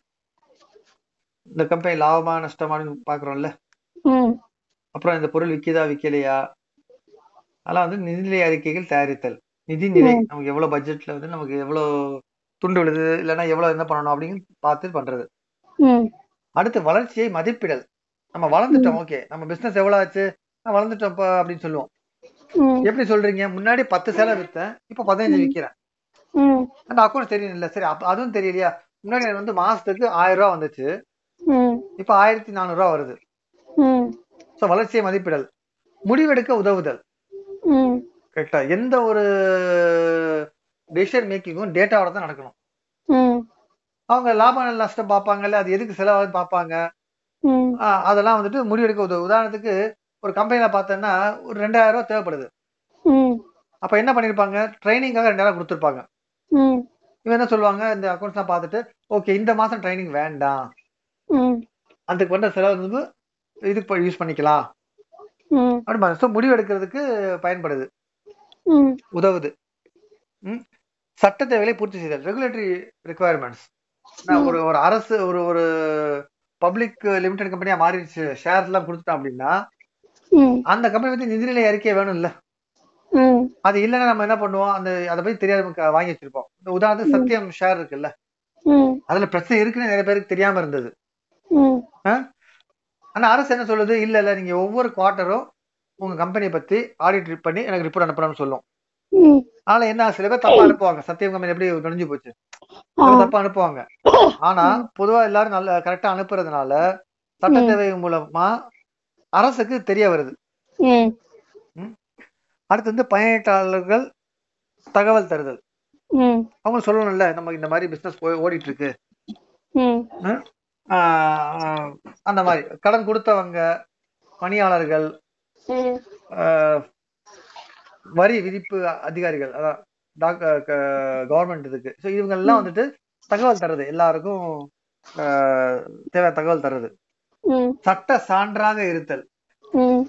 Speaker 1: இந்த கம்பெனி லாபமா நஷ்டமான்னு பாக்குறோம்ல
Speaker 3: ம்
Speaker 1: அப்புறம் இந்த பொருள் விக்கிதா விக்கலையா அதெல்லாம் வந்து நிதிநிலை அறிக்கைகள் தயாரித்தல் நிதிநிலை நமக்கு எவ்வளவு பட்ஜெட்ல வந்து நமக்கு எவ்வளவு துண்டு விழுது இல்லைன்னா எவ்வளவு என்ன பண்ணணும் அப்படின்னு பார்த்து பண்றது
Speaker 3: ம்
Speaker 1: அடுத்து வளர்ச்சியை மதிப்பிடல் நம்ம வளர்ந்துட்டோம் ஓகே நம்ம பிசினஸ் எவ்வளவு ஆச்சு நான் வளர்ந்துட்டோம் இப்ப அப்படின்னு சொல்லுவோம்
Speaker 3: ம்
Speaker 1: எப்படி சொல்றீங்க முன்னாடி பத்து சேலை வித்தேன் இப்ப பதினஞ்சு விக்கிறேன்
Speaker 3: ம்
Speaker 1: அந்த அக்கௌண்ட் தெரியும் இல்ல சரி அப்ப அதுவும் தெரியலையா முன்னாடி எனக்கு வந்து மாசத்துக்கு ஆயிரம் ரூபாய் வந்துச்சு
Speaker 3: ம்
Speaker 1: இப்ப ஆயிரத்தி நானூறு ரூபாய் வருது
Speaker 3: ம்
Speaker 1: ஸோ வளர்ச்சியை மதிப்பிடல் முடிவெடுக்க உதவுதல்
Speaker 3: ம்
Speaker 1: கரெக்டா எந்த ஒரு டிசிஷன் மேக்கிங்கும் டேட்டாவோட தான் நடக்கணும்
Speaker 3: ம்
Speaker 1: அவங்க லாப நஷ்டம் பார்ப்பாங்கல்ல அது எதுக்கு செலவாகுது பார்ப்பாங்க
Speaker 3: ம்
Speaker 1: ஆஹ் அதெல்லாம் வந்துட்டு முடிவெடுக்க உதவு உதாரணத்துக்கு ஒரு கம்பெனில பார்த்தோன்னா ஒரு ரெண்டாயிரம் ரூபாய் தேவைப்படுது
Speaker 3: ம்
Speaker 1: அப்ப என்ன பண்ணிருப்பாங்க ட்ரைனிங்காக ரெண்டாயிரம் கொடுத்துருப்பாங்க
Speaker 3: ம்
Speaker 1: இவன் என்ன சொல்லுவாங்க இந்த அக்கௌண்ட்ஸ்லாம் பார்த்துட்டு ஓகே இந்த மாசம் ட்ரைனிங் வேண்டாம்
Speaker 3: ம்
Speaker 1: அதுக்கு வந்த செலவு வந்து இதுக்கு யூஸ் பண்ணிக்கலாம்
Speaker 3: ம்
Speaker 1: அப்படின்னு ஸோ முடிவெடுக்கிறதுக்கு பயன்படுது
Speaker 3: ம்
Speaker 1: உதவுது ம் சட்ட தேவைகளை பூர்த்தி செய்தல் ரெகுலேட்டரி ரெக்குவயர்மெண்ட்ஸ் நான் ஒரு ஒரு அரசு ஒரு ஒரு பப்ளிக் லிமிடெட் கம்பெனியா மாறிடுச்சு ஷேர்ஸ் எல்லாம் கொடுத்துட்டோம் அப்படின்னா
Speaker 3: ம்
Speaker 1: அந்த கம்பெனி பத்தி நிதிநிலை அறிக்கை வேணும்ல
Speaker 3: ம்
Speaker 1: அது இல்லைன்னா நம்ம என்ன பண்ணுவோம் அந்த அதை பத்தி தெரியாத நமக்கு வாங்கி வச்சிருப்போம் இந்த உதாரணத்துக்கு சத்தியம் ஷேர் இருக்குல்ல
Speaker 3: ம்
Speaker 1: அதுல பிரச்சனை இருக்குன்னு நிறைய பேருக்கு தெரியாம இருந்தது
Speaker 3: ம்
Speaker 1: ஆனா அரசு என்ன சொல்லுது இல்ல இல்ல நீங்க ஒவ்வொரு குவார்ட்டரும் உங்க கம்பெனியை பத்தி ஆடிட் பண்ணி எனக்கு ரிப்போர்ட் அனுப்பணும்னு சொல்லும்
Speaker 3: ம்
Speaker 1: அதனால என்ன சில பேர் தப்பா அனுப்புவாங்க சத்தியம் கம்பெனி எப்படி நுழைஞ்சு போச்சு
Speaker 3: ஆ
Speaker 1: சில தப்பா அனுப்புவாங்க ஆனா பொதுவா எல்லாரும் நல்ல கரெக்டா அனுப்புறதுனால சட்ட
Speaker 3: ம்.
Speaker 1: சேவை மூலமா அரசுக்கு தெரிய வருது
Speaker 3: ம்
Speaker 1: அடுத்து வந்து பயனீட்டாளர்கள் தகவல் தருதல்
Speaker 3: ம்
Speaker 1: அவங்க சொல்லணும்ல நம்ம இந்த மாதிரி பிசினஸ் ஓடிட்டு இருக்கு
Speaker 3: ம்
Speaker 1: ஆஹ் அந்த மாதிரி கடன் கொடுத்தவங்க பணியாளர்கள்
Speaker 3: ம்
Speaker 1: ஆஹ் வரி விதிப்பு அதிகாரிகள் அதான் கவர்மெண்ட் இதுக்கு ஸோ இவங்க எல்லாம் வந்துட்டு தகவல் தருது எல்லாருக்கும் ஆஹ் தேவை தகவல் தருது
Speaker 3: ம்
Speaker 1: சட்ட சான்றாக இருத்தல்
Speaker 3: ம்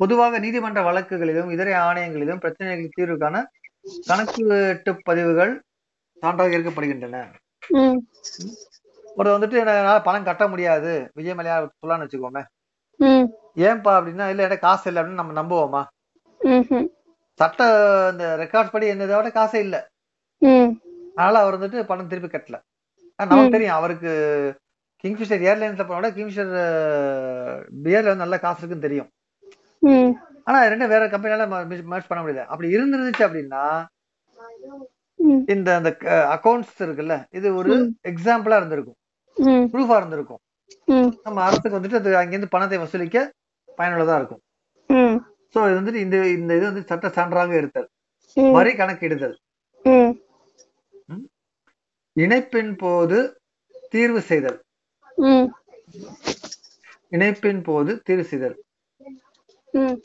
Speaker 1: பொதுவாக நீதிமன்ற வழக்குகளிலும் இதர ஆணையங்களிலும் பிரச்சனைகளுக்கு தீர்வு காண கணக்கு பதிவுகள் சான்றாக இருக்கப்படுகின்றன
Speaker 3: ம்
Speaker 1: ஒரு வந்துட்டு என்னால பணம் கட்ட முடியாது விஜய் மலையா சொல்லான்னு வச்சுக்கோமே
Speaker 3: ம்
Speaker 1: ஏன்பா அப்படின்னா இல்ல எனக்கு காசு இல்லை அப்படின்னு நம்ம நம்புவோமா
Speaker 3: ம்ஹும்.
Speaker 1: சட்ட இந்த ரெக்கார்ட்ஸ் படி என்னதை விட காசே இல்லை
Speaker 3: ம்
Speaker 1: அதனால அவர் வந்துட்டு பணம் திருப்பி கட்டல ஆனா நமக்கு தெரியும் அவருக்கு கிங்ஃபிஷர் ஏர்லைன்ஸ்ல போனோட கிங்ஃபிஷர் பியர்ல வந்து நல்ல காசு இருக்குன்னு தெரியும்
Speaker 3: ம்
Speaker 1: ஆனா ரெண்டும் வேற கம்பெனியால மேட்ச் பண்ண முடியல அப்படி இருந்துருந்துச்சு அப்படின்னா
Speaker 3: ம்
Speaker 1: இந்த அந்த அக்கவுண்ட்ஸ் இருக்குல்ல இது ஒரு எக்ஸாம்பிளா இருந்திருக்கும்
Speaker 3: ம்
Speaker 1: ப்ரூஃபா இருந்திருக்கும்
Speaker 3: ம்
Speaker 1: நம்ம அரசுக்கு வந்துட்டு அது அங்கேருந்து பணத்தை வசூலிக்க பயனுள்ளதா இருக்கும்
Speaker 3: ம்
Speaker 1: சோ இது வந்துட்டு இந்த இந்த இது வந்து சட்ட சான்றாக இருத்தல்
Speaker 3: ம்
Speaker 1: வரி கணக்கிடுதல்
Speaker 3: ம்
Speaker 1: இணைப்பின் போது தீர்வு செய்தல்
Speaker 3: ம்
Speaker 1: இணைப்பின் போது தீர்வு செய்தல்
Speaker 3: ம்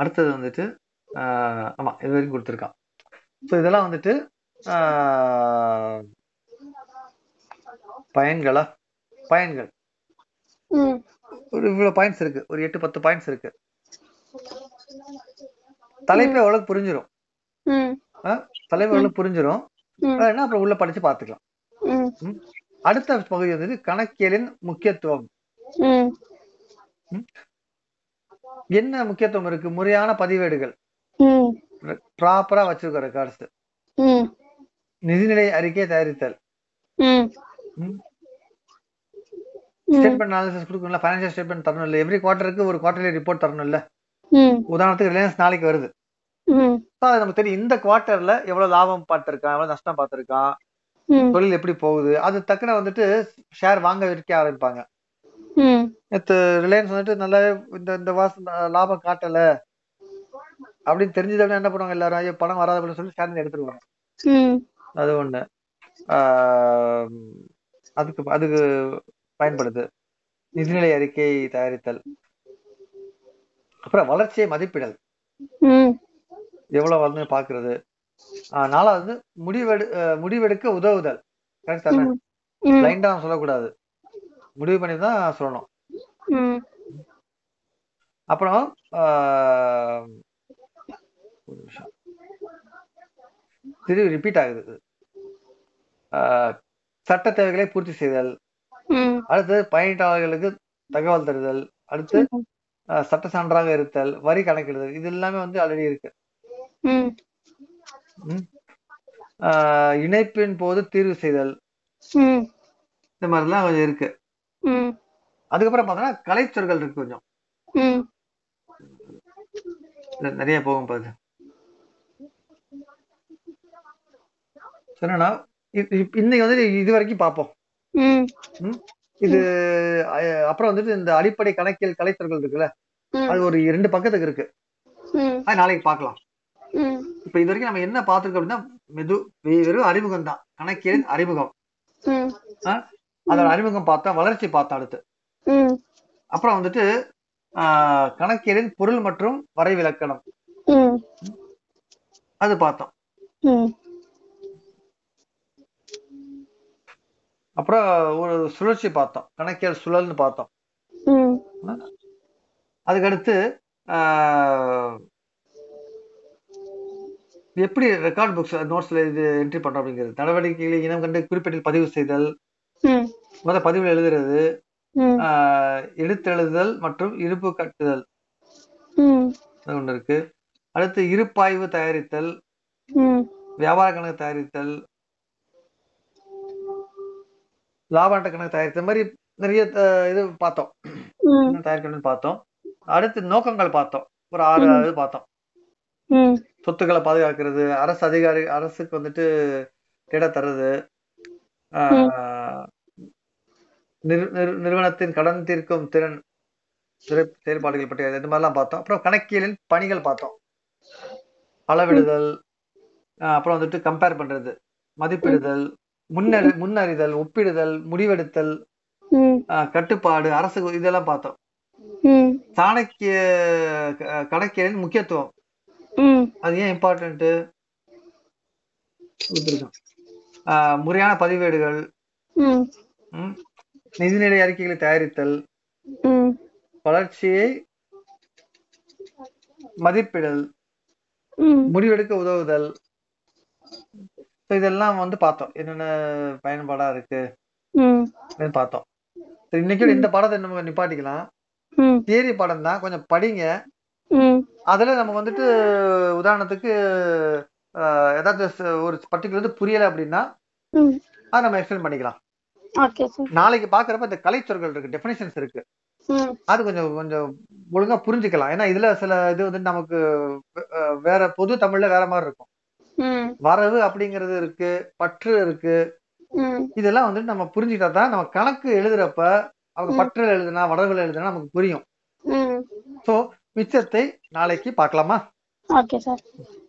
Speaker 1: அடுத்தது வந்துட்டு ஆஹ் ஆமா இது வரைக்கும் கொடுத்துருக்கான் ஸோ இதெல்லாம் வந்துட்டு ஆஹ் பயன்களா பயன்கள்
Speaker 3: ம்
Speaker 1: ஒரு இவ்வளவு பாயிண்ட்ஸ் இருக்கு ஒரு எட்டு பத்து பாயிண்ட்ஸ் இருக்கு தலைப்பே அவ்வளவு புரிஞ்சிடும்
Speaker 3: ம்
Speaker 1: தலைப்பு அவ்வளவு புரிஞ்சிடும்
Speaker 3: ம்.
Speaker 1: ஆனா என்ன அப்புறம் உள்ள படிச்சு பார்த்துக்கலாம்
Speaker 3: ம்
Speaker 1: அடுத்த பகுதி வந்துட்டு கணக்கியலின் முக்கியத்துவம்
Speaker 3: ம்
Speaker 1: என்ன முக்கியத்துவம் இருக்கு முறையான பதிவேடுகள்
Speaker 3: ம்
Speaker 1: ப்ராப்பரா வச்சிருக்க ரெக்கார்ட்ஸ்
Speaker 3: ம்
Speaker 1: நிதிநிலை அறிக்கை தயாரித்தல்
Speaker 3: ம் ம்
Speaker 1: ஸ்டேட்மெண்ட் அனாலிசிஸ் கொடுக்கணும்ல ஃபைனான்சியல் ஸ்டேட்மெண்ட் தரணும் இல்லை எவ்ரி குவார்ட்டருக்கு ஒரு குவார்டர்லி ரிப்போர்ட் தரணும்ல
Speaker 3: ம்
Speaker 1: உதாரணத்துக்கு ரிலையன்ஸ் நாளைக்கு வருது
Speaker 3: ம்
Speaker 1: So, அது நமக்கு தெரியும் இந்த குவார்ட்டர்ல எவ்வளவு லாபம் பார்த்திருக்கான் எவ்வளவு நஷ்டம் பார்த்திருக்கான்
Speaker 3: ம்
Speaker 1: தொழில் எப்படி போகுது அது டக்குன்னு வந்துட்டு ஷேர் வாங்க விற்க ஆரம்பிப்பாங்க
Speaker 3: ம்
Speaker 1: நேற்று ரிலையன்ஸ் வந்துட்டு நல்லாவே இந்த இந்த வாசம் லாபம் காட்டல அப்படின்னு தெரிஞ்சதோட என்ன பண்ணுவாங்க எல்லாரும் ஐயோ பணம் வராது அப்படின்னு சொல்லி ஷேர் எடுத்துருவாங்க
Speaker 3: ம்
Speaker 1: அது ஒண்ணு ஆஹ் அதுக்கு அதுக்கு பயன்படுது நிதிநிலை அறிக்கை தயாரித்தல் அப்புறம் வளர்ச்சியை மதிப்பிடல்
Speaker 3: ம்
Speaker 1: எவ்வளவு வந்து பாக்குறது ஆஹ் நாலாவது முடிவெடு ஆஹ் முடிவெடுக்க உதவுதல் கரெக்டா
Speaker 3: ம்
Speaker 1: பிளைண்டா சொல்லக்கூடாது முடிவு பண்ணி தான் சொல்லணும்
Speaker 3: ம்
Speaker 1: அப்புறம் ஆஹ் ஒரு நிமிஷம். திரும்பி ரிப்பீட் ஆகுது இது. ஆஹ் சட்ட தேவைகளை பூர்த்தி செய்தல்
Speaker 3: ம்
Speaker 1: அடுத்து பயனீட்டாளர்களுக்கு தகவல் தருதல் அடுத்து ஆஹ் சட்ட சான்றாக இருத்தல் வரி கணக்கிடுதல் இது எல்லாமே வந்து ஆல்ரெடி இருக்கு
Speaker 3: ம்
Speaker 1: ஆஹ் இணைப்பின் போது தீர்வு செய்தல்
Speaker 3: ம்
Speaker 1: இந்த மாதிரிலாம் கொஞ்சம் இருக்கு
Speaker 3: ம்
Speaker 1: அதுக்கப்புறம் பார்த்தோன்னா கலைச்சொற்கள் இருக்கு கொஞ்சம்
Speaker 3: ம்
Speaker 1: நி- நிறைய போகும் பாரு சொன்னா இன்னைக்கு வந்துட்டு இது வரைக்கும் பார்ப்போம்
Speaker 3: ம்
Speaker 1: இது அஹ், அப்புறம் வந்துட்டு இந்த அடிப்படை கணக்கியல் கலைச்சொற்கள் இருக்குல்ல
Speaker 3: ம்.
Speaker 1: அது ஒரு இரண்டு பக்கத்துக்கு இருக்கு
Speaker 3: ம்
Speaker 1: அது நாளைக்கு பார்க்கலாம்
Speaker 3: ம்
Speaker 1: இப்ப இது வரைக்கும் நம்ம என்ன பார்த்திருக்கோம் அப்படின்னா மெது வெ- வெறும் அறிமுகம் தான் கணக்கியலின் அறிமுகம்
Speaker 3: ம்
Speaker 1: அஹ், அதோட அறிமுகம் பார்த்தா வளர்ச்சி பார்த்தா அடுத்து
Speaker 3: ம்
Speaker 1: அப்புறம் வந்துட்டு ஆஹ், கணக்கியலின் பொருள் மற்றும் வரைவிலக்கணம்
Speaker 3: ம்
Speaker 1: அது பார்த்தோம்
Speaker 3: ம்
Speaker 1: அப்புறம் ஒரு சுழற்சி பார்த்தோம் கணக்கியல் சுழல்னு பார்த்தோம்
Speaker 3: ம்
Speaker 1: அதுக்கடுத்து ஆஹ், எப்படி ரெக்கார்ட் புக்ஸ் நோட்ஸ்ல இது என்ட்ரி பண்றோம் அப்படிங்கிறது நடவடிக்கைகளை இனம் கண்டு குறிப்பிட்டு பதிவு செய்தல்
Speaker 3: ம்
Speaker 1: முத பதிவில் எழுதுறது
Speaker 3: ம்
Speaker 1: ஆஹ், எடுத்தெழுதுதல் மற்றும் இருப்பு கட்டுதல்
Speaker 3: ம்
Speaker 1: அது ஒன்று இருக்கு அடுத்து இருப்பாய்வு தயாரித்தல்
Speaker 3: ம்
Speaker 1: வியாபார கணக்கு தயாரித்தல் லாப நட்ட கணக்கு தயாரித்தல் மாதிரி நிறைய ஆஹ், இது பார்த்தோம்
Speaker 3: ம்
Speaker 1: என்ன தயாரிக்கணும்னு பார்த்தோம் அடுத்து நோக்கங்கள் பார்த்தோம் ஒரு ஆறு
Speaker 3: ம்.
Speaker 1: இது பார்த்தோம்
Speaker 3: ம்
Speaker 1: சொத்துக்களை பாதுகாக்கிறது அரசு அதிகாரி அரசுக்கு வந்துட்டு இட தர்றது ஆஹ், நிறு- நிறு- நிறுவனத்தின் கடன் தீர்க்கும் திறன் சிறப்பு செயல்பாடுகள் பற்றி இது மாதிரிலாம் பார்த்தோம் அப்புறம் கணக்கியலின் பணிகள் பார்த்தோம் அளவிடுதல் ஆஹ், அப்புறம் வந்துட்டு கம்பேர் பண்றது மதிப்பிடுதல் முன்னறி முன்னறிதல் ஒப்பிடுதல் முடிவெடுத்தல்
Speaker 3: ம்
Speaker 1: ஆஹ், கட்டுப்பாடு அரசு இதெல்லாம் பார்த்தோம்
Speaker 3: ம்
Speaker 1: சாணக்கிய க- கணக்கியலின் முக்கியத்துவம்
Speaker 3: ம்
Speaker 1: அது ஏன் இம்பார்ட்டன்ட்டு முறையான பதிவேடுகள்
Speaker 3: ம்
Speaker 1: ம், நிதிநிலை அறிக்கைகளை தயாரித்தல்
Speaker 3: ம்
Speaker 1: வளர்ச்சியை மதிப்பிடல்
Speaker 3: ம்
Speaker 1: முடிவெடுக்க உதவுதல் So, இதெல்லாம் வந்து பார்த்தோம் என்னென்ன பயன்பாடா இருக்கு
Speaker 3: ம்
Speaker 1: அப்படின்னு பார்த்தோம் So, இன்னைக்கு இந்த பாடத்தை நம்ம நிப்பாட்டிக்கலாம்
Speaker 3: ம்
Speaker 1: தியரி பாடம் தான் கொஞ்சம் படிங்க
Speaker 3: ம்
Speaker 1: அதுல நம்ம வந்துட்டு உதாரணத்துக்கு அஹ், ஏதாச்சும் ச- ஒரு பர்டிகுலர் புரியல அப்படின்னா
Speaker 3: ம்
Speaker 1: அதை நம்ம எக்ஸ்பிளைன் பண்ணிக்கலாம்
Speaker 3: ஓகே சார்
Speaker 1: நாளைக்கு பாக்குறப்ப இந்த கலைச்சொற்கள் இருக்கு டெஃபினேஷன்ஸ் இருக்கு
Speaker 3: ம்
Speaker 1: அது கொஞ்சம் கொஞ்சம் ஒழுங்கா புரிஞ்சுக்கலாம் ஏன்னா இதுல சில இது வந்து நமக்கு அஹ், வேற பொது தமிழ்ல வேற மாதிரி இருக்கும்
Speaker 3: ம்
Speaker 1: வரவு அப்படிங்கிறது இருக்கு பற்று இருக்கு
Speaker 3: ம்
Speaker 1: இதெல்லாம் வந்துட்டு நம்ம புரிஞ்சுக்கிட்டா தான் நம்ம கணக்கு எழுதுறப்ப அவங்க
Speaker 3: ம்.
Speaker 1: பற்றுல எழுதுனா வரவுல எழுதுனா நமக்கு புரியும்
Speaker 3: ம்
Speaker 1: சோ மிச்சத்தை நாளைக்கு பார்க்கலாமா
Speaker 3: ஓகே சார்